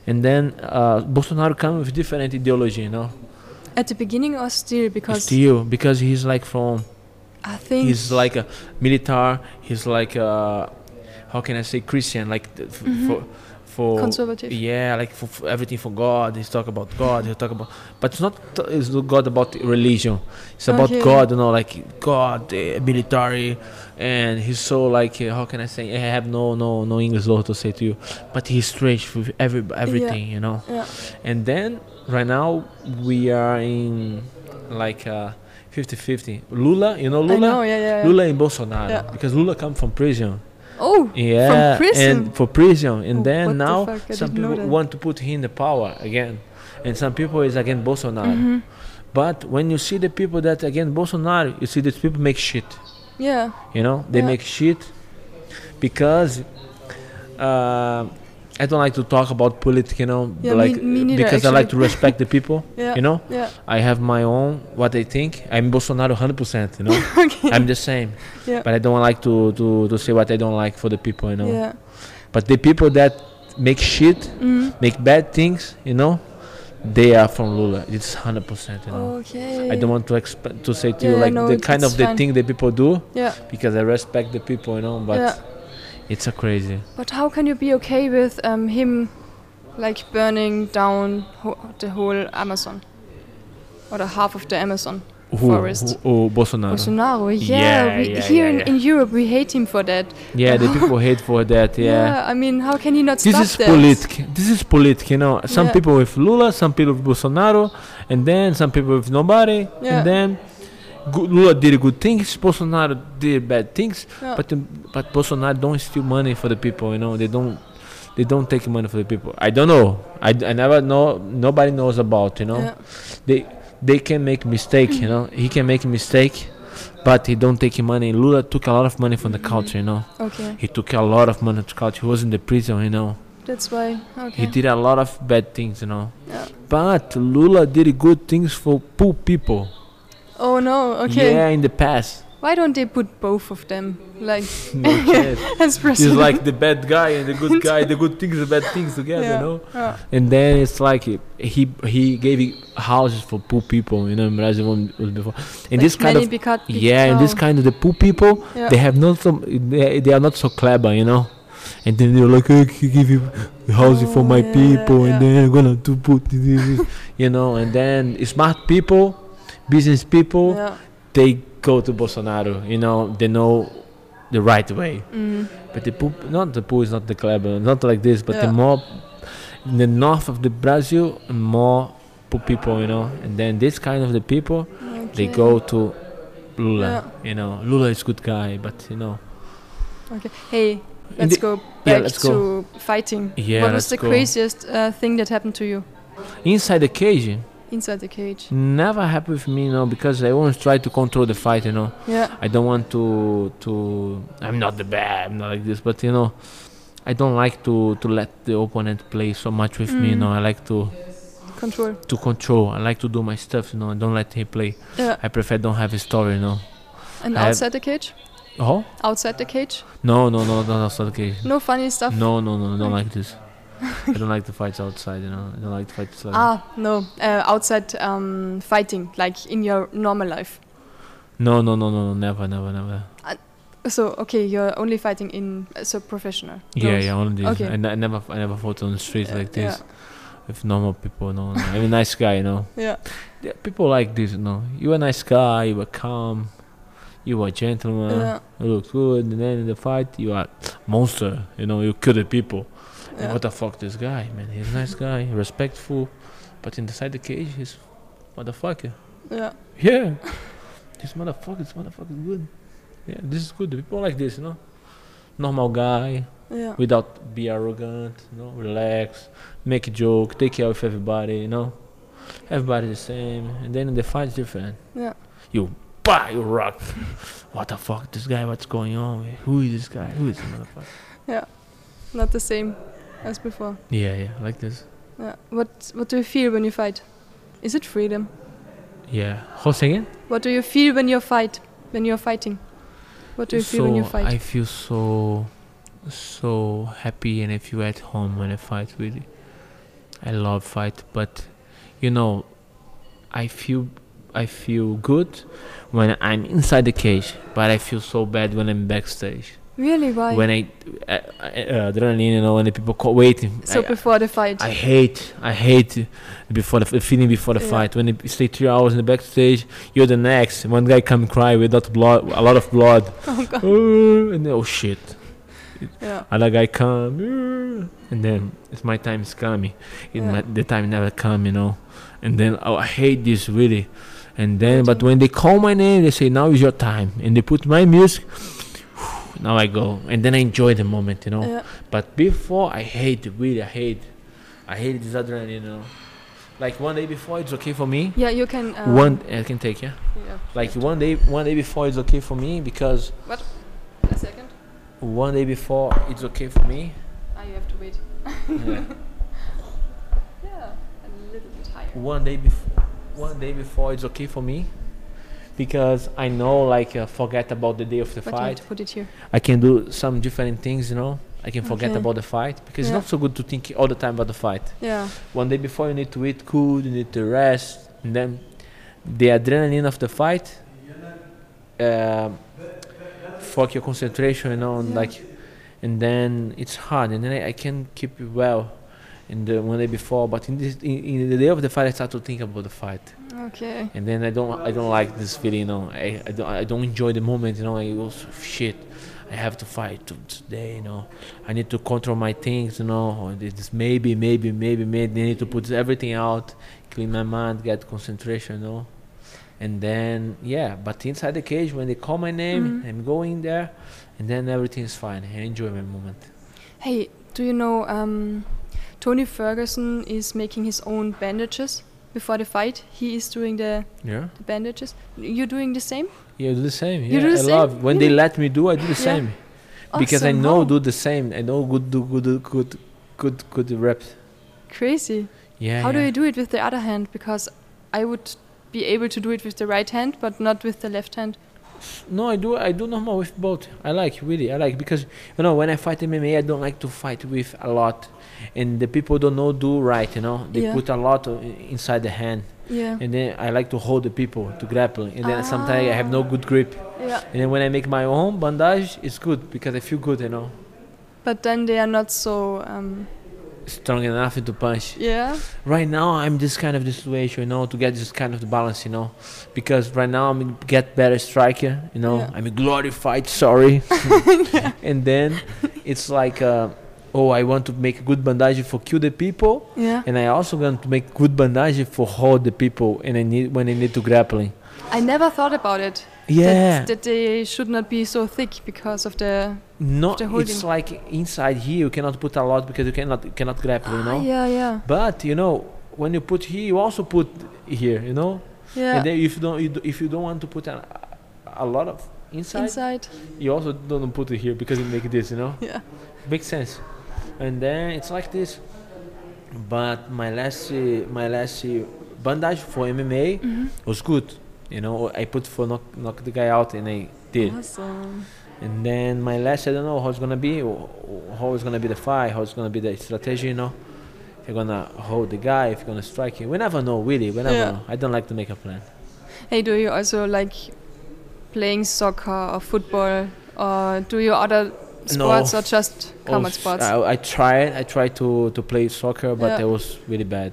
And then uh, Bolsonaro comes with different ideology, you know,
At the beginning or still? Because
still because he's like from,
I think
he's like a militar, he's like a, how can I say Christian, like th- f-
Mhm.
for, for
conservative.
yeah, like for, for everything for God. He's talk about God. He'll talk about, but it's not. It's not God about religion. It's about
Okay.
God. You know, like God, uh, military, and he's so like uh, how can I say? I have no no no English word to say to you, but he's strange with every everything. You know,
Yeah.
and then right now we are in like uh, 50-50. Lula, you know Lula.
I know. Yeah, yeah. yeah.
Lula and Bolsonaro
Yeah.
because Lula come from prison.
Oh,
Yeah,
prison?
and for prison, and
Oh,
then
what the
now
fuck, I
some
didn't know
people
that.
want to put him in the power again, and some people is against Bolsonaro.
Mm-hmm.
But when you see the people that against Bolsonaro, you see these people make shit.
yeah.
You know, they
Yeah.
make shit because uh, I don't like to talk about politics. You know,
Yeah,
like
me- me neither,
because I like to
actually.
respect the people.
Yeah.
You know,
Yeah.
I have my own what I think. I'm Bolsonaro 100%. You know,
Okay.
I'm the same.
Yeah.
But I don't like to, to to say what I don't like for the people. You know.
Yeah.
But the people that make shit,
Mm.
make bad things, you know, they are from Lula. It's hundred percent. You know,
Okay.
I don't want to exp- to say to
Oh, Yeah,
you
yeah,
like
no,
the
it-
kind
it's
of the
fine.
thing that people do
Yeah.
because I respect the people, you know. But
Yeah.
it's a crazy.
But how can you be okay with um, him, like burning down ho- the whole Amazon, or the half of the Amazon?
Who,
Forest.
who- oh, Bolsonaro.
Bolsonaro, yeah,
Uh-huh. Yeah,
we,
yeah,
here
yeah,
in,
yeah.
in Europe we hate him for that.
Yeah, the people hate for that. Yeah.
I mean, how can he not
This
stop
is
that?
politic. This is politic. You know, some
Yeah.
people with Lula, some people with Bolsonaro, and then some people with nobody,
Yeah.
and then Gu- Lula did good things, Bolsonaro did bad things,
Yeah.
but um, but Bolsonaro don't steal money for the people. You know, they don't they don't take money for the people. I don't know. I, I never know. Nobody knows about. You know,
Yeah.
they they can make mistake. You know, he can make mistake, but he don't take money. Lula took a lot of money from the culture. You know,
Okay,
he took a lot of money to culture. He was in the prison. You know.
that's why. Okay.
He did a lot of bad things, you know.
Yeah.
But Lula did good things for poor people.
Oh no. Okay.
Yeah, in the past.
Why don't they put both of them like
No chance.
as
He's
president?
like the bad guy and the good guy, the good things, the bad things together,
Yeah.
you know.
Yeah.
And then it's like he he, he gave houses for poor people, you know, in Brazil when it was before. And
Like
this kind
Manny
of
Picard-
yeah, and this
Picard.
kind of the poor people,
Yeah.
they have not so they, they are not so clever, you know. And then they're like, I can give you housing for
Oh,
my
yeah,
people,
yeah.
and then I'm gonna do put, this, this, this," you know. And then smart people, business people,
Yeah.
they go to Bolsonaro, you know. They know the right way,
Mm.
but the poor, not the poor is not the clever, not like this, but
Yeah.
the more in the north of the Brazil, more poor people, you know. And then this kind of the people, they
Okay.
go to Lula. You know, Lula is good guy, but you know,
Okay. Hey, let's
the-
go back
let's
to
go.
fighting.
Yeah,
what was
let's
the
go.
craziest uh, thing that happened to you
inside the cage
inside the cage?
never happened with me, you know, because I always try to control the fight, you know.
Yeah.
I don't want to to. I'm not the bad. I'm not like this, but you know, I don't like to to let the opponent play so much with me. You
Mm.
know, I like to
Control.
to control. I like to do my stuff. You know, I don't let him play.
Yeah.
I prefer don't have a story. You know.
And
I have-
outside the cage?
Oh
Outside the cage?
no no no no that's not okay.
No funny stuff.
No no no, I don't
Okay.
like this. I don't like the fights outside. You know, I don't like the fights outside.
Ah, no. Uh, outside um, fighting, like in your normal life.
No, no, no, no, never, never, never.
So okay, you're only fighting in uh, so professional.
Yeah,
No.
yeah, only this.
Okay.
I, ne- I never, I never fought on the streets
Yeah,
like this with normal people. No, no. I'm a nice guy, you know.
Yeah.
Yeah, people like this, you know. You a nice guy, you were calm, you were
Yeah.
gentleman,
yeah.
you look good, and then in the fight you are monster, you know. You kill the people. And
yeah.
what the fuck, this guy, man? He's a nice guy, respectful, but inside the cage, he's motherfucker.
yeah.
Yeah. this motherfucker, this motherfucker is good. Yeah, this is good. The People like this, you know. Normal guy,
Yeah.
without be arrogant, you know, relax, make a joke, take care of everybody, you know. Everybody's the same. And then the fight's different.
Yeah.
You bah, you rock. what the fuck, this guy, what's going on? Who is this guy? Who is this motherfucker?
Not the same as before.
Yeah, yeah, like this.
Yeah. What What do you feel when you fight? Is it freedom?
Yeah. How's again?
What do you feel when you fight? When you're fighting? What do you feel when you fight?
I feel so so happy and I feel at home when I fight really. I love fight, but you know I feel I feel good when I'm inside the cage, but I feel so bad when I'm backstage.
really? Why?
When I, I, I adrenaline, you know, when the people call waiting.
so
I, uh,
before the fight.
I hate, I hate it before the, the feeling before the
Yeah.
fight. When you stay three hours in the backstage, you're the next. One guy come cry without blood, a lot of blood.
oh God.
"Uh," and then, oh shit.
Yeah.
Other guy come, "Uh," and then it's my time is coming. It
Yeah.
my, the time never come, you know. And then oh, I hate this really. And then, but
too.
when they call my name, they say now is your time, and they put my music. now I go, and then I enjoy the moment, you know.
Yeah.
But before, I hate really, I hate, I hate this adrenaline, you know. Like one day before, it's okay for me.
Yeah. You can. Um,
one, I can take, yeah.
Yeah.
Like one day, one day before, it's okay for me because
A second.
one day before, it's okay for me.
Ah, you have to wait.
Yeah.
Yeah. A little bit higher.
one day before one day before it's okay for me because i know like uh, forget about the day of the
But you have
fight
to put it here.
i can do some different things you know i can forget
Okay.
about the fight because
Yeah.
it's not so good to think all the time about the fight
Yeah.
one day before you need to eat good you need to rest and then the adrenaline of the fight um fuck your concentration you know and
Yeah.
like and then it's hard and then I, I can keep it well in the one day before. But in, this, in, in the day of the fight, I start to think about the fight,
Okay.
and then I don't I don't like this feeling. You know, I, I don't I don't enjoy the moment. You know, I was shit. I have to fight to- today. You know, I need to control my things. You know, it's maybe maybe maybe maybe. I need to put everything out, clean my mind, get concentration. You know. And then, yeah, but inside the cage, when they call my name,
Mhm.
I'm going there, and then everything is fine. I enjoy my moment.
Hey, do you know um, Tony Ferguson is making his own bandages before the fight? He is doing the,
Yeah.
the bandages. You're doing the same?
Yeah, I do the same.
You
Yeah,
do the
I
same?
love when they
Yeah.
let me do. I do the
Yeah.
same because I
Awesome, Oh.
know
wow.
do the same. I know good do good good good good reps.
Crazy.
Yeah.
How do
yeah.
you do it with the other hand? Because I would be able to do it with the right hand, but not with the left hand.
No, I do. I do normal with both. I like really. I like because you know when I fight MMA, I don't like to fight with a lot, and the people don't know do right. You know they
Yeah.
put a lot o- inside the hand,
Yeah.
and then I like to hold the people to grapple, and
Ah.
then sometimes I have no good grip,
Yeah.
and then when I make my own bandage, it's good because I feel good. You know,
But then they are not so. Um,
strong enough to punch.
yeah.
right now I'm this kind of the situation, you know, to get this kind of the balance, you know, because right now I'm get better striker, you know,
Yeah.
I'm glorified, sorry, and then it's like, uh, oh, I want to make good bandage for kill the people,
Yeah.
and I also want to make good bandage for hold the people, and I need when I need to grappling.
I never thought about it.
Yeah,
That, that they should not be so thick because of the.
no,
the holding.
it's like inside here you cannot put a lot because you cannot cannot grapple, you
Ah,
know.
yeah, yeah.
But you know when you put here, you also put here, you know.
Yeah.
And then if you don't, you do, if you don't want to put a, a lot of inside,
Inside.
you also don't put it here because it make this, you know,
Yeah.
makes sense. And then it's like this. But my last, uh, my last uh, bandage for MMA
Mm-hmm.
was good. You know, I put for knock, knock the guy out, and I did.
Uh-huh. Awesome.
And then my last, I don't know how it's gonna be, or- or how it's gonna be the fight, how it's gonna be the strategy, you know. If you're gonna hold the guy, if you're gonna strike him, we never know, really. We never
Yeah.
know. I don't like to make a plan.
Hey, do you also like playing soccer or football or do you other sports or just combat
Oh, sh-
sports?
I, I tried. I tried to, to play soccer, but
Yeah.
I was really bad.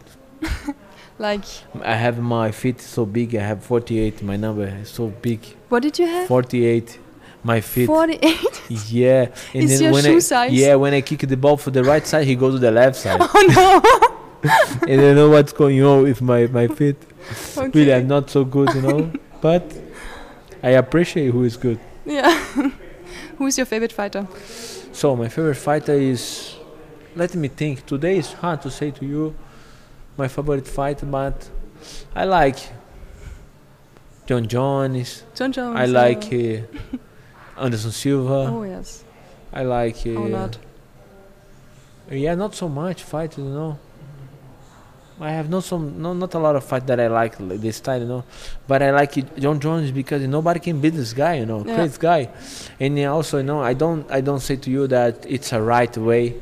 like,
I have my feet so big. I have 48. My number is so big.
what did you have?
48. My feet.
48?
Yeah. And
Is your
when
shoe
I,
size?
Yeah. When I kick the ball for the right side, he goes to the left side.
oh
and I know what's going on with my my feet.
no! okay.
Really, I'm not so good, you know. but I appreciate who is good.
Yeah. Who's your favorite fighter?
So my favorite fighter is. Let me think. Today is hard to say to you my favorite fighter, but I like John Jones.
John Jones.
I
uh,
like uh, Anderson Silva.
oh yes.
I like. Uh,
Oh not.
Yeah, not so much fight, you know. I have not some, no, not a lot of fight that I like li- this style, you know. But I like it, John Jones because nobody can beat this guy, you know,
Yeah.
crazy guy. And uh, also, you know, I don't, I don't say to you that it's a right way,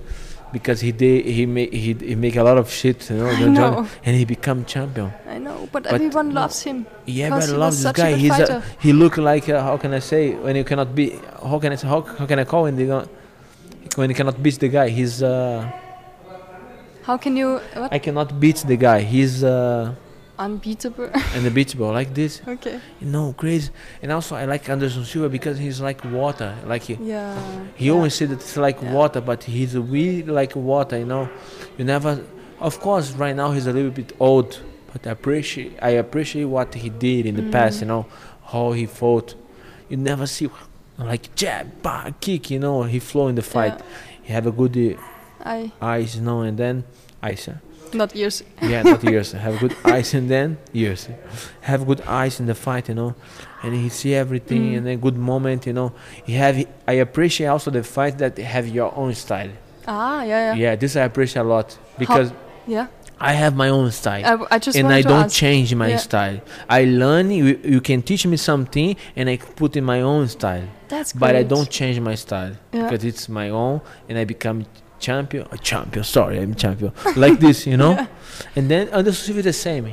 because he did, he make, he, d- he make a lot of shit, you know,
I
John
know.
Jones, and he become champion.
I know, but,
But-
everyone loves him.
Yeah, but I
Because he
love
was
this
such a
guy.
good
He's
fighter.
a, he look like uh, how can I say when you cannot be how can I say, how, how can I call when they don't when you cannot beat the guy? He's uh,
How can you what?
I cannot beat the guy. He's uh,
Unbeatable.
unbeatable like this.
okay.
You know, crazy. And also I like Anderson Silva because he's like water. Like he,
Yeah.
he
yeah.
always said that it's like
Yeah.
water, but he's really like water. You know, you never. Of course, right now he's a little bit old, but I appreciate I appreciate what he did
Mm.
in the past. You know, how he fought. You never see like jab, bah, kick. You know, he flow in the fight. He have a good
I
uh, eyes. You know, and then eyes. huh?
not years.
Yeah, not ears. Have good eyes and then ears. Have good eyes in the fight, you know, and he see everything
Mm.
and then good moment, you know. He have. I appreciate also the fight that they have your own style.
Ah
Yeah,
yeah yeah.
this I appreciate a lot because
Yeah.
I have my own style.
I, I just
and
wanted
I
to
don't
ask.
change my
Yeah.
style. I learn. You, you can teach me something, and I put in my own style.
That's great.
But I don't change my style
Yeah.
because it's my own, and I become champion. A champion, sorry, I'm champion. Like this, you know. And then Anderson Silva is the same.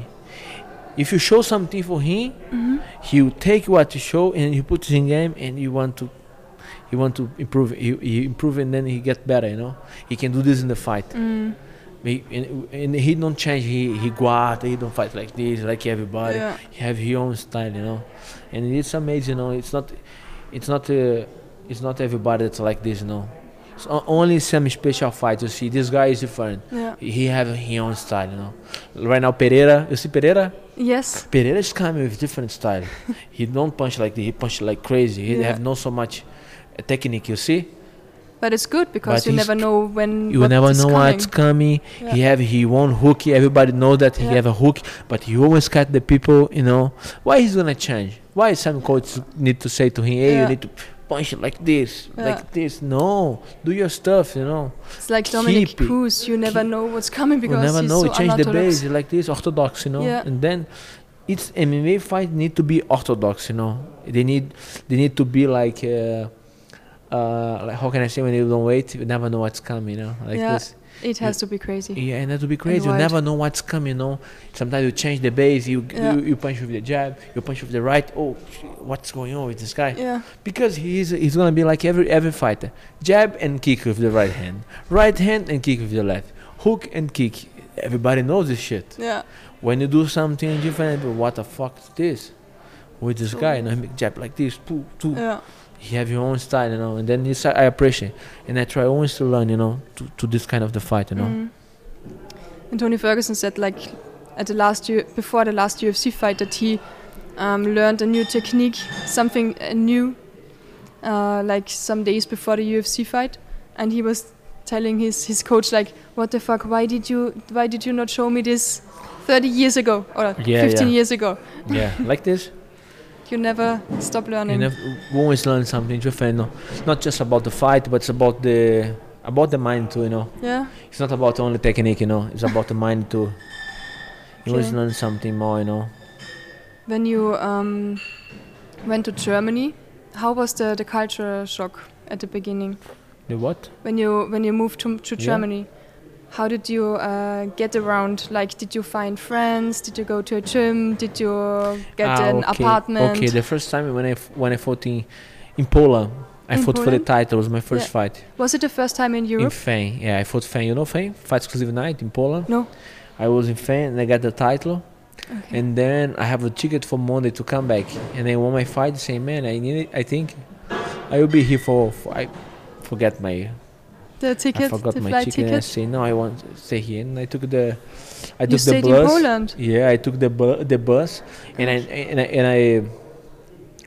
If you show something for him,
Mm-hmm.
he will take what you show and he puts it in game, and you want to,
Mm.
he want to improve. He, he improve, and then he get better. You know, he can do this in the fight. He, and, and he don't change. He he go out. He don't fight like this, like everybody.
Yeah.
He have his own style, you know. And it's amazing, you know. It's not, it's not, uh, it's not everybody that's like this, you know. It's o- only some special fights. You see, this guy is different.
Yeah.
He have his own style, you know. Right now, Pereira. You see Pereira?
Yes.
Pereira is coming with different style. he don't punch like this. He punch like crazy. He
Yeah.
have not so much uh, technique. You see.
But it's good because
But
you
he's-
never know when
You
what
never
is
know
coming.
what's coming.
Yeah.
He have he won hook. Everybody know that he
Yeah.
have a hook, but he always cut the people. You know why he's gonna change? Why some coaches need to say to him, "Hey, you
Yeah.
need to punch like this,
Yeah.
like this." No, do your stuff. You know,
It's like Dominic
Keep it.
Cruz. You never
Keep-
know what's coming
you
because
never
he's
know.
so
change the
unorthodox.
base like this, orthodox. You know,
Yeah.
and then it's MMA fight need to be orthodox. You know, they need they need to be like. Uh, uh, like how can I say when you don't wait, you never know what's coming, you know, like
Yeah.
this.
It has to be crazy.
Yeah, and that would be crazy. You
wide.
never know what's coming. You know, sometimes you change the base. You,
Yeah.
you you punch with the jab. You punch with the right. Oh, sh- what's going on with this guy?
Yeah.
Because he's he's gonna be like every every fighter: jab and kick with the right hand, right hand and kick with the left, hook and kick. Everybody knows this shit.
Yeah.
When you do something different, what the fuck is this? With this guy, you know, he make jab like this, two, two,
Yeah.
you have your own style, you know, and then it's, I appreciate, and I try always to learn, you know, to, to this kind of the fight, you know.
Mm. And Tony Ferguson said, like, at the last U- before the last UFC fight, that he um, learned a new technique, something uh, new, uh, like some days before the UFC fight, and he was telling his, his coach, like, what the fuck? Why did you why did you not show me this 30 years ago or
Yeah,
15
yeah.
years ago?
Yeah, like this.
You never stop
You
learning.
never, we always learn something different. No? Not just about the fight, but it's about the about the mind too. You know,
yeah,
it's not about only technique. You know, it's about the mind too. You always
Okay.
learn something more. You know,
when you um, went to Germany, how was the the culture shock at the beginning?
the what?
when you when you moved to, to
Yeah.
Germany, how did you uh, get around? Like, did you find friends? Did you go to a gym? Did you get
Ah,
an
okay.
apartment?
Okay, the first time when I f- when I fought in in Poland, I
In
fought for the
Poland?
title. It was my first
Yeah.
fight
Was it the first time in
in
Europe?
Fame. Yeah, I fought Fame. You know Fame? Fight exclusive night in Poland.
No.
I was in Fame and I got the title.
Okay.
and then I have a ticket for Monday to come back. And then when I fight, say, man, I need it. I think I will be here for. for I forget my.
the
I
ticket,
forgot
the
my
flight
ticket. And I
ticket.
say no, I want to stay here. And I took the. I
you
took the
stayed in
bus.
Poland.
Yeah, I took the bu- the bus, and I and I and I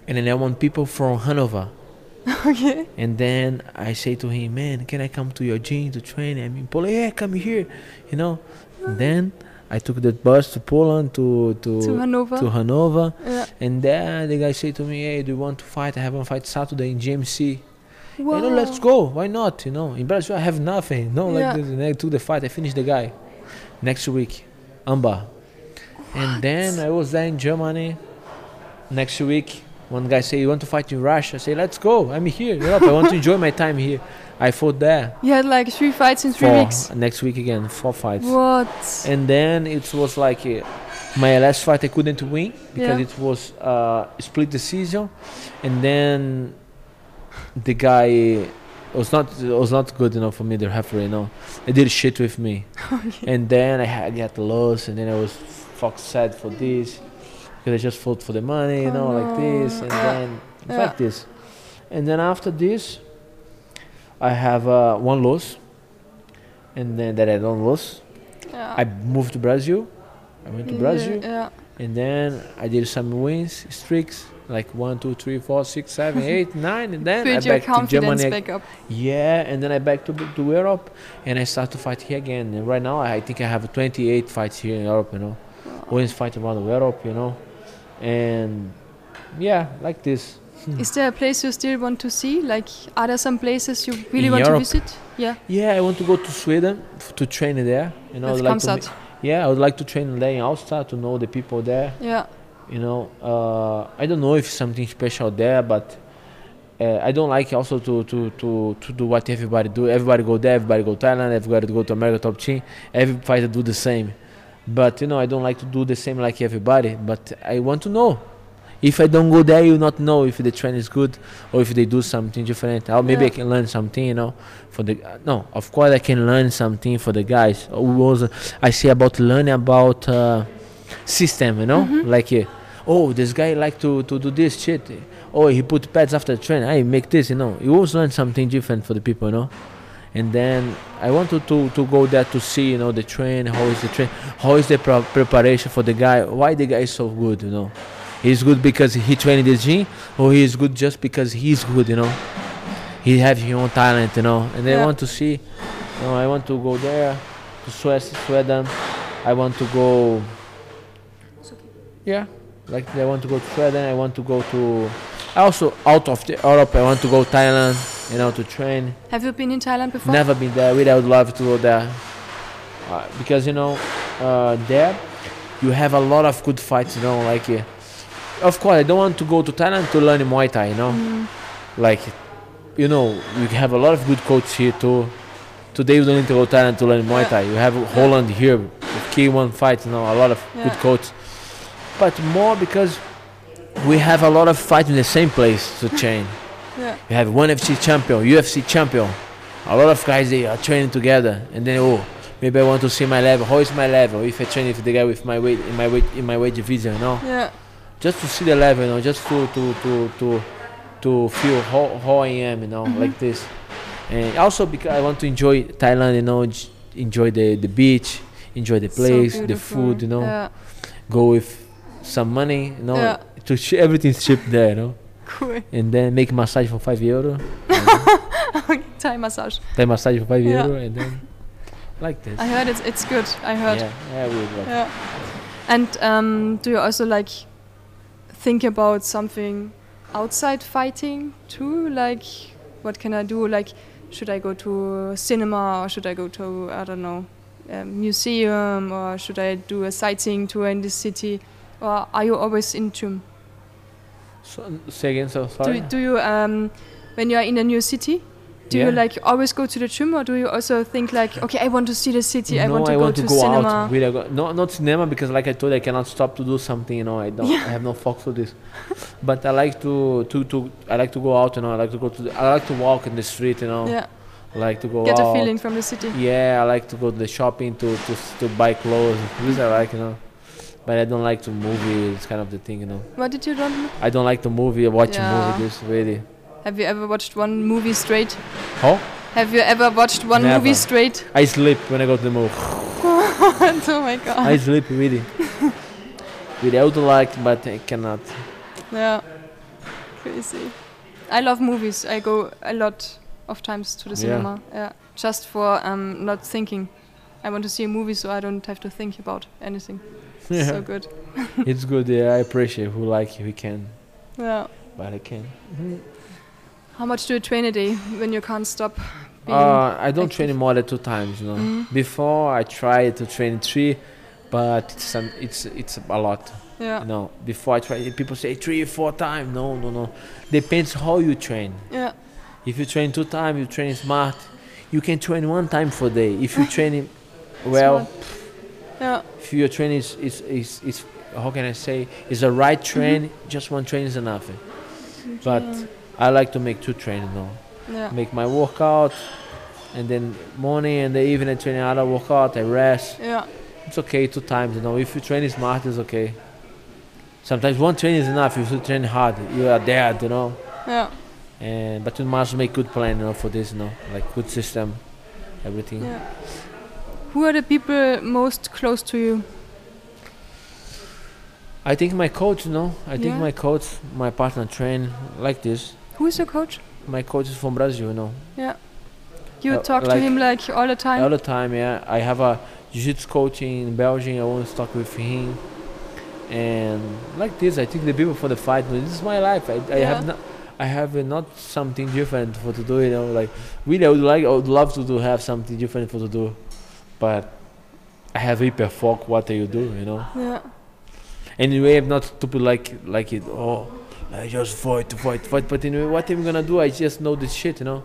and then I want people from Hanover.
okay.
And then I say to him, man, can I come to your gym to train? I mean, Poland, yeah, come here, you know. And then I took the bus to Poland to
To
to
Hanover.
to Hanover.
yeah.
And then the guy said to me, "Hey, do you want to fight? I have a fight Saturday in GMC.
Wow.
You know, let's go. Why not? You know, in Brazil I have nothing. No,
Yeah.
like this. And I took the fight. I finished the guy. Next week, Amba. And then I was there in Germany. Next week, one guy say, "You want to fight in Russia?" I say, "Let's go. I'm here. Europe. I want to enjoy my time here." I fought there.
You had like three fights in three
four.
weeks.
Next week again, four fights.
What?
And then it was like uh, my last fight I couldn't win because
Yeah.
it was uh, split decision, and then the guy uh, was not was not good enough for me. The referee, you know, they did shit with me, and then I had, got lost, and then I was fuck sad for this because I just fought for the money, you
Oh
know, like this,
no.
and
Yeah.
then it's
Yeah.
like this, and then after this, I have uh, one loss, and then that I don't lose.
yeah.
I moved to Brazil. I went to
Yeah,
Brazil,
Yeah.
and then I did some wins, streaks, like one, two, three, four, six, seven, eight, nine, and then
Build
I
your
back to
confidence
Germany.
back up.
Yeah, and then I back to to Europe, and I start to fight here again. And right now, I think I have 28 fights here in Europe. You know, wins fight around Europe. You know, and yeah, like this.
Is there a place you still want to see? Like, are there some places you really
In
want
Europe?
to visit? Yeah,
Yeah, I want to go to Sweden f- to train there. You know,
that
I'd like um,
comes
to
out.
me- yeah, I would like to train there in Austria to know the people there.
Yeah,
you know uh, i don't know if something special there but uh, i don't like also to, to, to, to do what everybody do everybody go there everybody go thailand everybody go to america top team every fighter do the same but you know i don't like to do the same like everybody but i want to know If I don't go there, you not know if the train is good or if they do something different. Or maybe I
Yeah.
can learn something, you know, for the no. Of course, I can learn something for the guys. Who was I say about learning about uh, system, you know, like uh, oh, this guy like to to do this shit. Oh, he put pads after the train. I make this, you know. You always learn something different for the people, you know. And then I wanted to, to go there to see, you know, the train, how is the train, how is the pro- preparation for the guy, why the guy is so good, you know. He's good because he trained the gym, or he is good just because he's good, you know. He have his own talent, you know. And I
Yeah.
want to see, you know, I want to go there, to Swe- Sweden. I want to go, yeah, like I want to go to Sweden. I want to go to, also out of the Europe. I want to go Thailand, you know, to train.
Have you been in Thailand before?
Never been there. Really, I would love to go there. Uh, because, you know, uh, there you have a lot of good fights, you know. Like, uh, of course, I don't want to go to Thailand to learn Muay Thai, you know.
Mm.
Like, you know, you have a lot of good coaches here too. Today you don't need to go to Thailand to learn Muay
Yeah.
Thai. You have Holland here, with K1 fights, you know, a lot of good
Yeah.
coaches. But more because we have a lot of fights in the same place to train.
Yeah.
You have one FC champion, UFC champion. A lot of guys they are training together, and then oh, maybe I want to see my level. How is my level? If I train with the guy with my weight in my weight in my weight division, you know,
Yeah.
just to see the level, you know, just to to to to, to feel how, how I am, you
Mm-hmm.
know, like this. And also because I want to enjoy Thailand, you know, j- enjoy the the beach, enjoy the
So
place, the
beautiful.
food, you know,
Yeah.
go with some money, you know,
Yeah.
to ch- everything's cheap there, you know,
Cool.
and then make massage for five euro.
Thai massage.
They massage for five
Yeah.
euro and then like this.
I heard it's it's good. I heard.
Yeah, yeah, we would like.
Yeah. And um, do you also like think about something outside fighting too? Like, what can I do? Like, should I go to cinema or should I go to I don't know a museum or should I do a sightseeing tour in the city? Or are you always in gym?
So, say again, so sorry.
Do, do you um, when you are in a new city? Do you
Yeah.
like always go to the gym, or do you also think like, okay, I want to see the city, I
no,
want to
I
go
want
to,
to go
cinema?
out. Really, I go, no, not cinema because, like I told, you, I cannot stop to do something. You know, I don't.
Yeah.
I have no focus for this. but I like to, to, to. I like to go out. You know, I like to go to. The, I like to walk in the street. You know,
Yeah,
I like to go
get
out.
a feeling from the city.
Yeah, I like to go to the shopping to to, s- to buy clothes. This I like, you know. But I don't like to movie. It's kind of the thing, you know.
What did you don't?
I don't like to movie. Watch a
Yeah.
movie. This really.
Have you ever watched one movie straight?
Huh?
Have you ever watched one
Never.
movie straight?
I sleep when I go to the movie.
oh my god.
I sleep really. really, I would like, but I cannot.
yeah. Crazy. I love movies. I go a lot of times to the
Yeah.
cinema. Yeah. Just for um, not thinking. I want to see a movie so I don't have to think about anything. It's So good.
it's good. Yeah, I appreciate who like who can,
Yeah.
but I can.
How much do you train a day when you can't stop being
Uh, I don't
active.
train more than two times. You know,
Mm.
before I tried to train three, but it's some, it's it's a lot.
Yeah.
No, before I try, people say three, four times. No, no, no. Depends how you train.
Yeah.
If you train two times, you train smart. You can train one time for day. If you train well.
Yeah.
if your train is, is, is, is how can I say is a right
Mm-hmm.
train just one train is enough but I like to make two trains now
Yeah.
make my workout and then morning and the evening I train another workout I rest
Yeah.
it's okay two times you know if you train smart it's okay sometimes one train is enough if you train hard you are dead you know
Yeah.
and but you must make good plan you know for this you know like good system everything
Yeah. Who are the people most close to you?
I think my coach you know I think
Yeah.
my coach my partner train like this
Who is your coach?
My coach is from Brazil, you know.
You
Uh,
talk to
like-
him like all the time.
All the time, yeah. I have a jiu-jitsu coach in Belgium. I always talk with him. And like this, I think the people for the fight. This is my life. I, I have
Yeah.
not. I have uh, not something different for to do. You know, like really, I would like. I would love to do have something different for to do, but I have hyper fuck what you do. You know.
yeah.
Anyway, I'm not stupid like like it. Oh, I just fight, fight, fight. But anyway, what am I gonna do? I just know this shit, you know.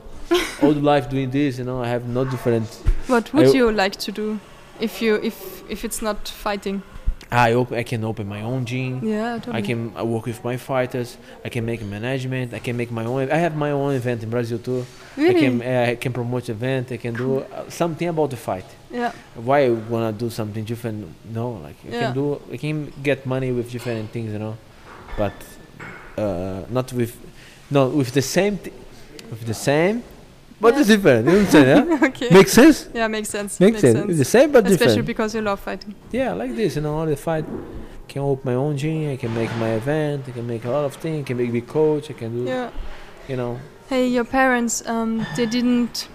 All the life doing this, you know. I have no different.
What would
I-
you like to do if you if if it's not fighting?
I op- I can open my own gym.
Yeah, totally.
I can I work with my fighters. I can make management. I can make my own. I have my own event in Brazil too. I
really?
can uh, I can promote event. I can do uh, something about the fight.
yeah.
Why I wanna do something different? No, like I
Yeah.
can do. I can get money with different things, you know, but uh, not with, no, with the same, thi- with the same, but
Yeah.
it's different. You understand? Yeah?
okay.
Make sense?
yeah, makes sense.
Makes sense. It's the same but
Especially
different.
because you love fighting.
Yeah, like this, you know, all the fight. Can open my own gym. I can make my event. I can make a lot of things. I can make big coach. I can do,
Yeah.
you know.
Hey, your parents, um, they didn't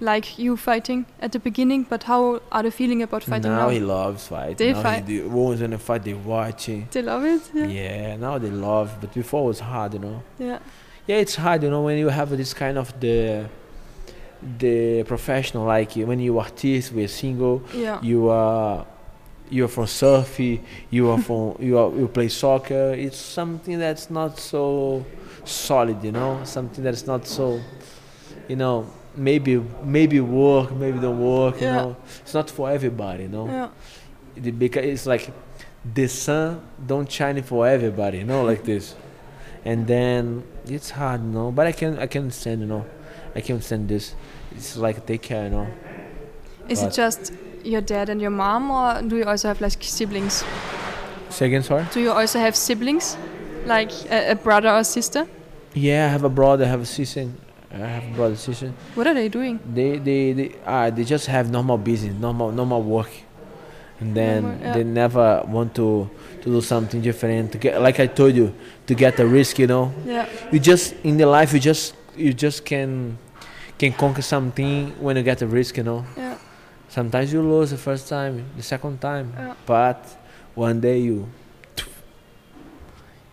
like you fighting at the beginning, but how are they feeling about fighting now?
now, he loves fight.
They
now
fight.
He do, always when they fight, they watch it.
They love it.
Yeah.
Yeah.
now they love. But before it was hard, you know.
Yeah.
Yeah, it's hard, you know, when you have this kind of the the professional like when you artist, we're single.
Yeah.
you are you are from surf you are from you are you play soccer it's something that's not so solid you know something that's not so you know maybe maybe work maybe don't work you
Yeah.
know it's not for everybody you know
Yeah.
it, because it's like the sun don't shine for everybody you know like this and then it's hard you know but i can i can stand you know i can stand this it's like take care you know
Is
Right.
it just your dad and your mom, or do you also have like siblings?
say again sorry
Do you also have siblings, like a, a brother or sister?
Yeah, I have a brother, I have a sister. I have a brother, sister.
What are they doing?
They they they ah they just have normal business, normal normal work, and then
Normal, yeah.
they never want to to do something different. To get like I told you, to get a risk, you know.
Yeah.
You just in the life, you just you just can can conquer something when you get a risk, you know.
Yeah.
Sometimes you lose the first time, the second time,
Yeah.
but one day you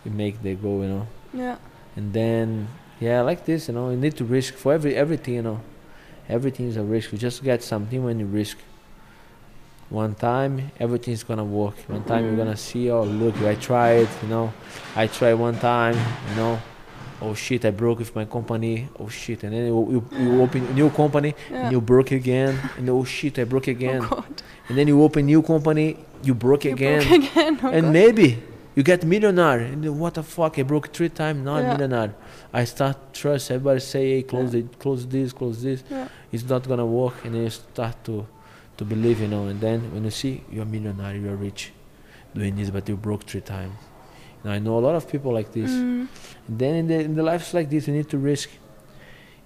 you make the goal, you know
Yeah.
and then yeah like this you know you need to risk for every everything you know everything is a risk you just get something when you risk one time everything's gonna work one time you're
Mhm.
gonna see oh look i tried you know i tried one time you know oh shit i broke with my company oh shit and then you, you, you open new company
Yeah.
and you broke again and oh shit i broke again
Oh God.
and then you open new company you broke
You
again
broke again. Oh
and
God.
maybe you get millionaire and then what the fuck i broke three times now I'm
Yeah.
millionaire i start trust everybody say hey close it close this close this
Yeah.
it's not gonna work and then you start to to believe you know and then when you see you're millionaire you're rich doing this but you broke three times now i know a lot of people like this
Mm.
and then in the, in the lives like this you need to risk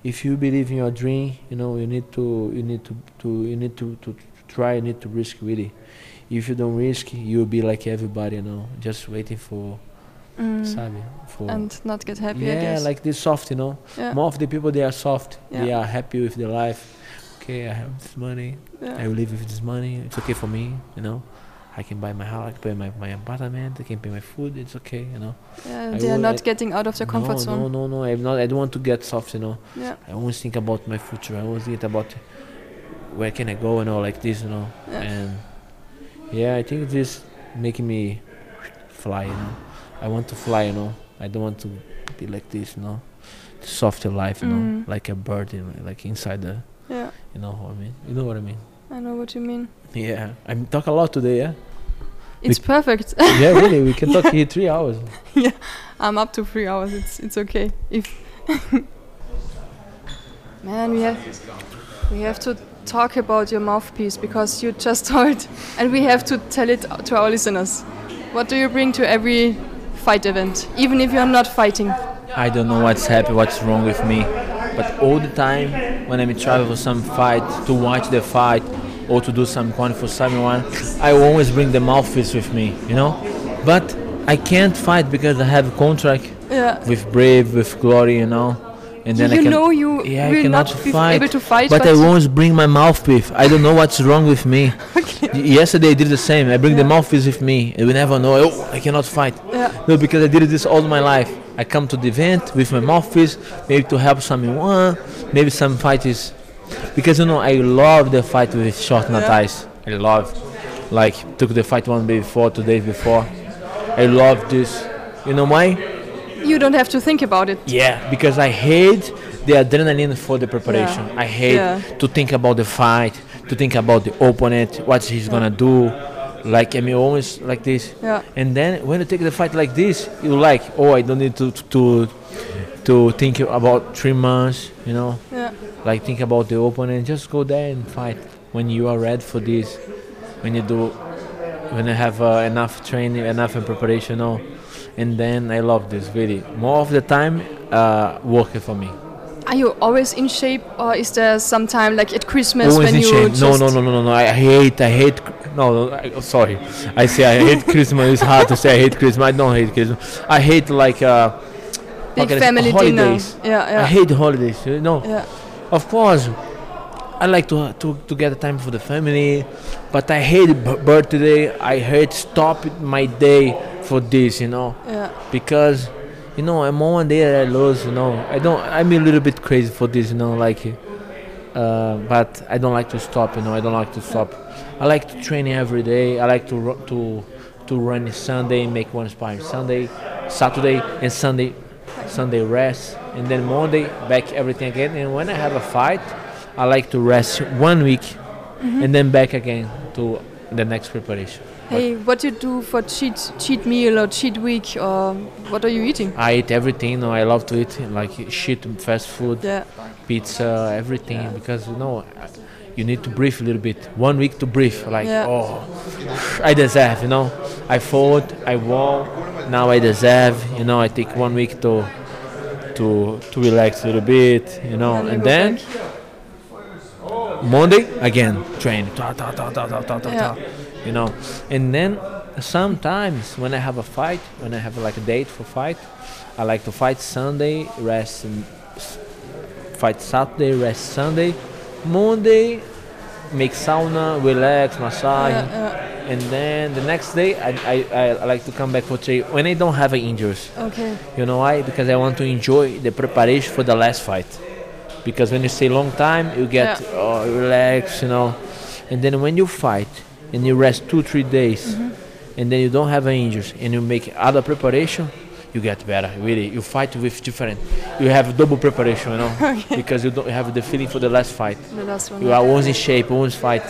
if you believe in your dream you know you need to you need to, to you need to, to, to try you need to risk really if you don't risk you'll be like everybody you know just waiting for
Mm.
sabe for
And not get happy. I
yeah
guess.
like this soft you know
yeah.
more of the people they are soft they
Yeah.
are happy with their life okay i have this money i
Yeah.
will live with this money it's okay for me you know i can buy my house i can pay my, my apartment i can pay my food it's okay you know
yeah
I
they are
will-
not getting out of their comfort
no,
zone.
No, no, no. I'm not. I don't want to get soft. You know.
Yeah.
I always think about my future. I always think about where can I go and all like this. You know.
Yeah.
And yeah, I think this making me fly. You know. I want to fly. You know. I don't want to be like this. You know. Softer life. You know.
Mm.
Like a bird. You know, like inside the.
Yeah.
You know what I mean. You know what I mean.
I know what you mean.
Yeah. I am talk a lot today. Yeah.
It's perfect.
yeah. Really. We can talk here three hours.
I'm up to three hours. It's it's okay. If man, we have we have to talk about your mouthpiece because you just told, and we have to tell it to our listeners. What do you bring to every fight event, even if you are not fighting?
I don't know what's happened, what's wrong with me. But all the time, when I'm traveling for some fight, to watch the fight, or to do some content for someone, I always bring the mouthpiece with me, you know? But I can't fight because I have a contract
Yeah.
with Brave, with Glory, you know? And
You
I can,
know you
yeah, I
will
cannot
not be
fight,
able to fight,
But, I
but-
always bring my mouthpiece. I don't know what's wrong with me. Y- Yesterday I did the same. I bring the mouthpiece with me. And we never know. Oh, I cannot fight.
Yeah.
No, because I did this all my life. I come to the event with my mouthpiece, maybe to help someone, maybe some fighters. Because you know, I love the fight with short not
Yeah.
eyes. I love. Like took the fight one day before, two days before. I love this. You know why?
You don't have to think about it.
Yeah, because I hate the adrenaline for the preparation. I hate
Yeah.
to think about the fight, to think about the opponent, what he's gonna do.
like MO is like this.
Yeah.
And then when you take the fight like this, you like, oh, I don't need to to to think about three months, you know,
Yeah.
like think about the opponent. Just go there and fight when you are ready for this. When you do, when you have uh, enough training, enough in preparation, you know. And then I love this really. More of the time, uh, working for me.
Are you always in shape, or is there some time like at Christmas
Always
when
in
you
shame.
just
No, no, no, no, no, no. I hate, I hate. cr- No, no, I, oh, sorry. I say I hate Christmas. It's hard to say I hate Christmas. I don't hate Christmas. I hate like uh, how
big
can I say,
family
holidays.
dinner? Yeah, yeah,
I hate holidays. You know,
yeah.
of course, I like to to to get time for the family, but I hate b- birthday. I hate stop my day for this. You know,
Yeah,
because you know I'm on one day that I lose. You know, I don't. I'm a little bit crazy for this. You know, like, uh, but I don't like to stop. You know, I don't like to stop. I like to train every day. I like to ru- to to run Sunday, make one spine Sunday, Saturday, and Sunday, Sunday rest, and then Monday back everything again. And when I have a fight, I like to rest one week, and then back again to the next preparation.
Hey, what do you do for cheat cheat meal or cheat week or what are you eating?
I eat everything. You know, I love to eat like shit, fast food,
Yeah,
pizza, everything because you know I- you need to breathe a little bit. One week to breathe. Like
Yeah.
oh, I deserve. You know, I fought, I won. Now I deserve. You know, I take one week to to to relax a little bit. You know,
you
and
go
then
back.
Monday again train. Ta, ta, ta, ta, ta, ta, ta,
Yeah.
ta, you know, and then sometimes when I have a fight, when I have like a date for fight, I like to fight Sunday, rest, and s- fight Saturday, rest Sunday, Monday, make sauna, relax, massage,
Yeah, yeah.
and then the next day I, I, I, I like to come back for three when I don't have uh, injuries.
Okay.
You know why? Because I want to enjoy the preparation for the last fight. Because when you stay long time, you get
Yeah.
oh, relaxed, you know. And then when you fight and you rest two, three days,
Mm-hmm.
and then you don't have any injuries and you make other preparation, you get better. Really, you fight with different. You have double preparation, you know, because you don't have the feeling for the last fight.
The last one.
You are always in shape, always fight.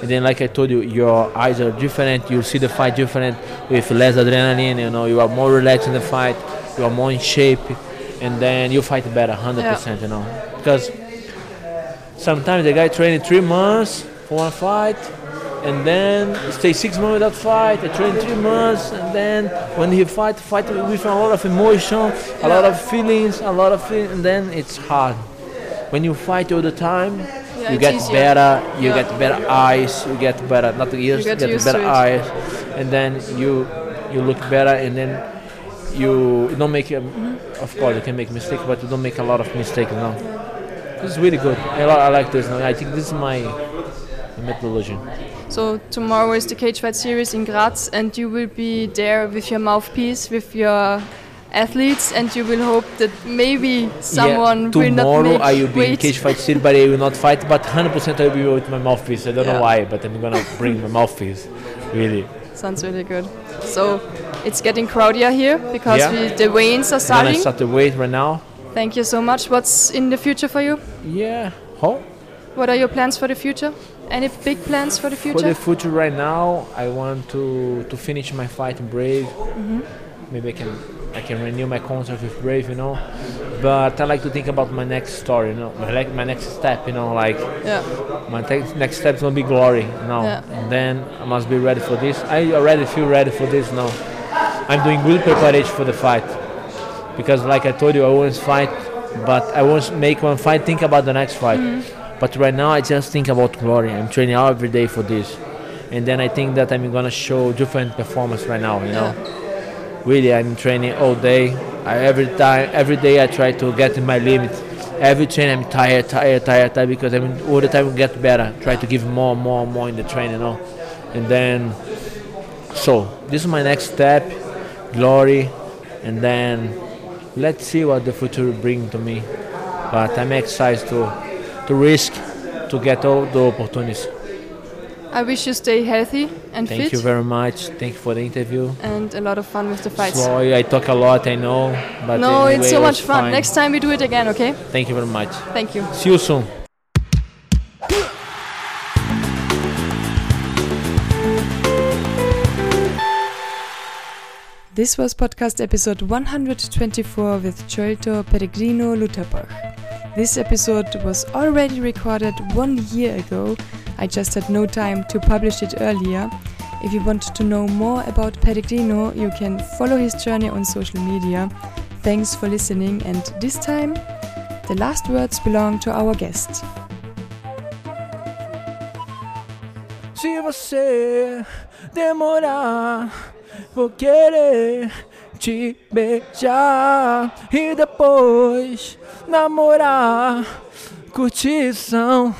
And then, like I told you, your eyes are different. You see the fight different with less adrenaline. You know, you are more relaxed in the fight. You are more in shape, and then you fight better, hundred percent. You know, because sometimes the guy training three months for one fight, and then stay six months without fight. I train three months, and then when he fight, fight with a lot of emotion, a lot of feelings, a lot of, feel, and then it's hard. When you fight all the time, you
it's
get
easier.
better. You
Yeah.
get better eyes. You get better not ears. You
get
get,
used
better
to it.
eyes, and then you you look better, and then you don't make. A,
Mm-hmm.
Of course, you can make mistakes, but you don't make a lot of mistakes. You know? This is really good. I, li- I like this. I think this is my methodology.
So tomorrow is the cage fight series in Graz, and you will be there with your mouthpiece, with your athletes, and you will hope that maybe someone will not
tomorrow
make
I will be in
weight.
cage fight still, but I will not fight. But 100% I will be with my mouthpiece. I don't know
Yeah.
why, but I'm gonna bring my mouthpiece. Really,
Sounds really good. So it's getting crowdier here because
Yeah.
we, the weigh-ins are
when I
starting.
start the weight right now,
Thank you so much. What's in the future for you?
yeah. How?
What are your plans for the future? Any big plans for the
For
future?
the future right now, I want to to finish my fight in Brave. Maybe I can I can renew my contract with Brave, you know. But I like to think about my next story, you know, my, like my next step, you know, like
yeah,
my te- next step is gonna be glory now
Yeah.
and then i must be ready for this i already feel ready for this now i'm doing good preparation for the fight because like i told you i always fight but i always make one fight think about the next fight but right now i just think about glory i'm training every day for this and then i think that i'm gonna show different performance right now you know really i'm training all day I, every time every day i try to get in my limit every train i'm tired tired tired tired because i mean all the time get better try to give more more more in the train you know and then so this is my next step glory and then let's see what the future bring to me but i'm excited to to risk to get all the opportunities
I wish you stay healthy and
thank
fit,
you very much thank you for the interview
and a lot of fun with the fights.
Sorry, I talk a lot, I know, but
no,
anyway,
it's so
it
much
was
fun.
fine.
Next time we do it again, okay?
Thank you very much.
Thank you.
See you soon.
This was podcast episode 124 with Cholto Peregrino Lutherbach. This episode was already recorded one year ago. I just had no time to publish it earlier. If you want to know more about Pellegrino, you can follow his journey on social media. Thanks for listening, and this time, the last words belong to our guest.
Se você demorar, vou querer te beijar e depois namorar, curtição.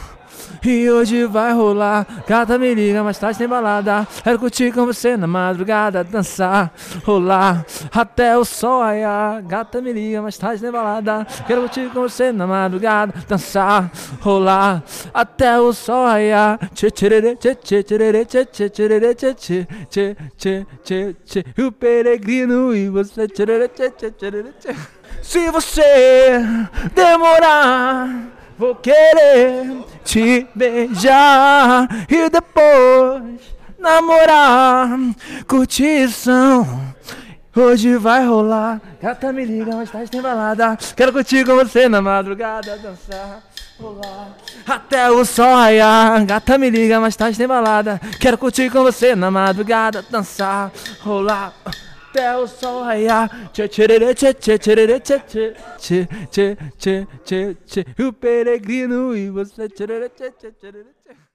E hoje vai rolar. Gata me liga, mais tarde tem balada. Quero curtir com você na madrugada, dançar, rolar até o sol raiar. Gata me liga, mais tarde tem balada. Quero curtir com você na madrugada, dançar, rolar até o sol raiar. Tchê tchê tchê tchê tchê tchê tchê tchê tchê tchê tchê tchê tchê tchê E o peregrino e você tchê tchê tchê tchê tchê Se você demorar Vou querer te beijar e depois namorar. Curtição. Hoje vai rolar. Gata me liga, mais tarde tem balada. Quero curtir com você na madrugada, dançar. rolar Até o sol raiar, gata me liga, mais tarde tem balada. Quero curtir com você na madrugada, dançar, rolar até o sol raiar. Tchê tchê tchê tchê tchê tchê tchê tchê tchê tchê tchê. O peregrino e você. Tchê tchê tchê tchê tchê.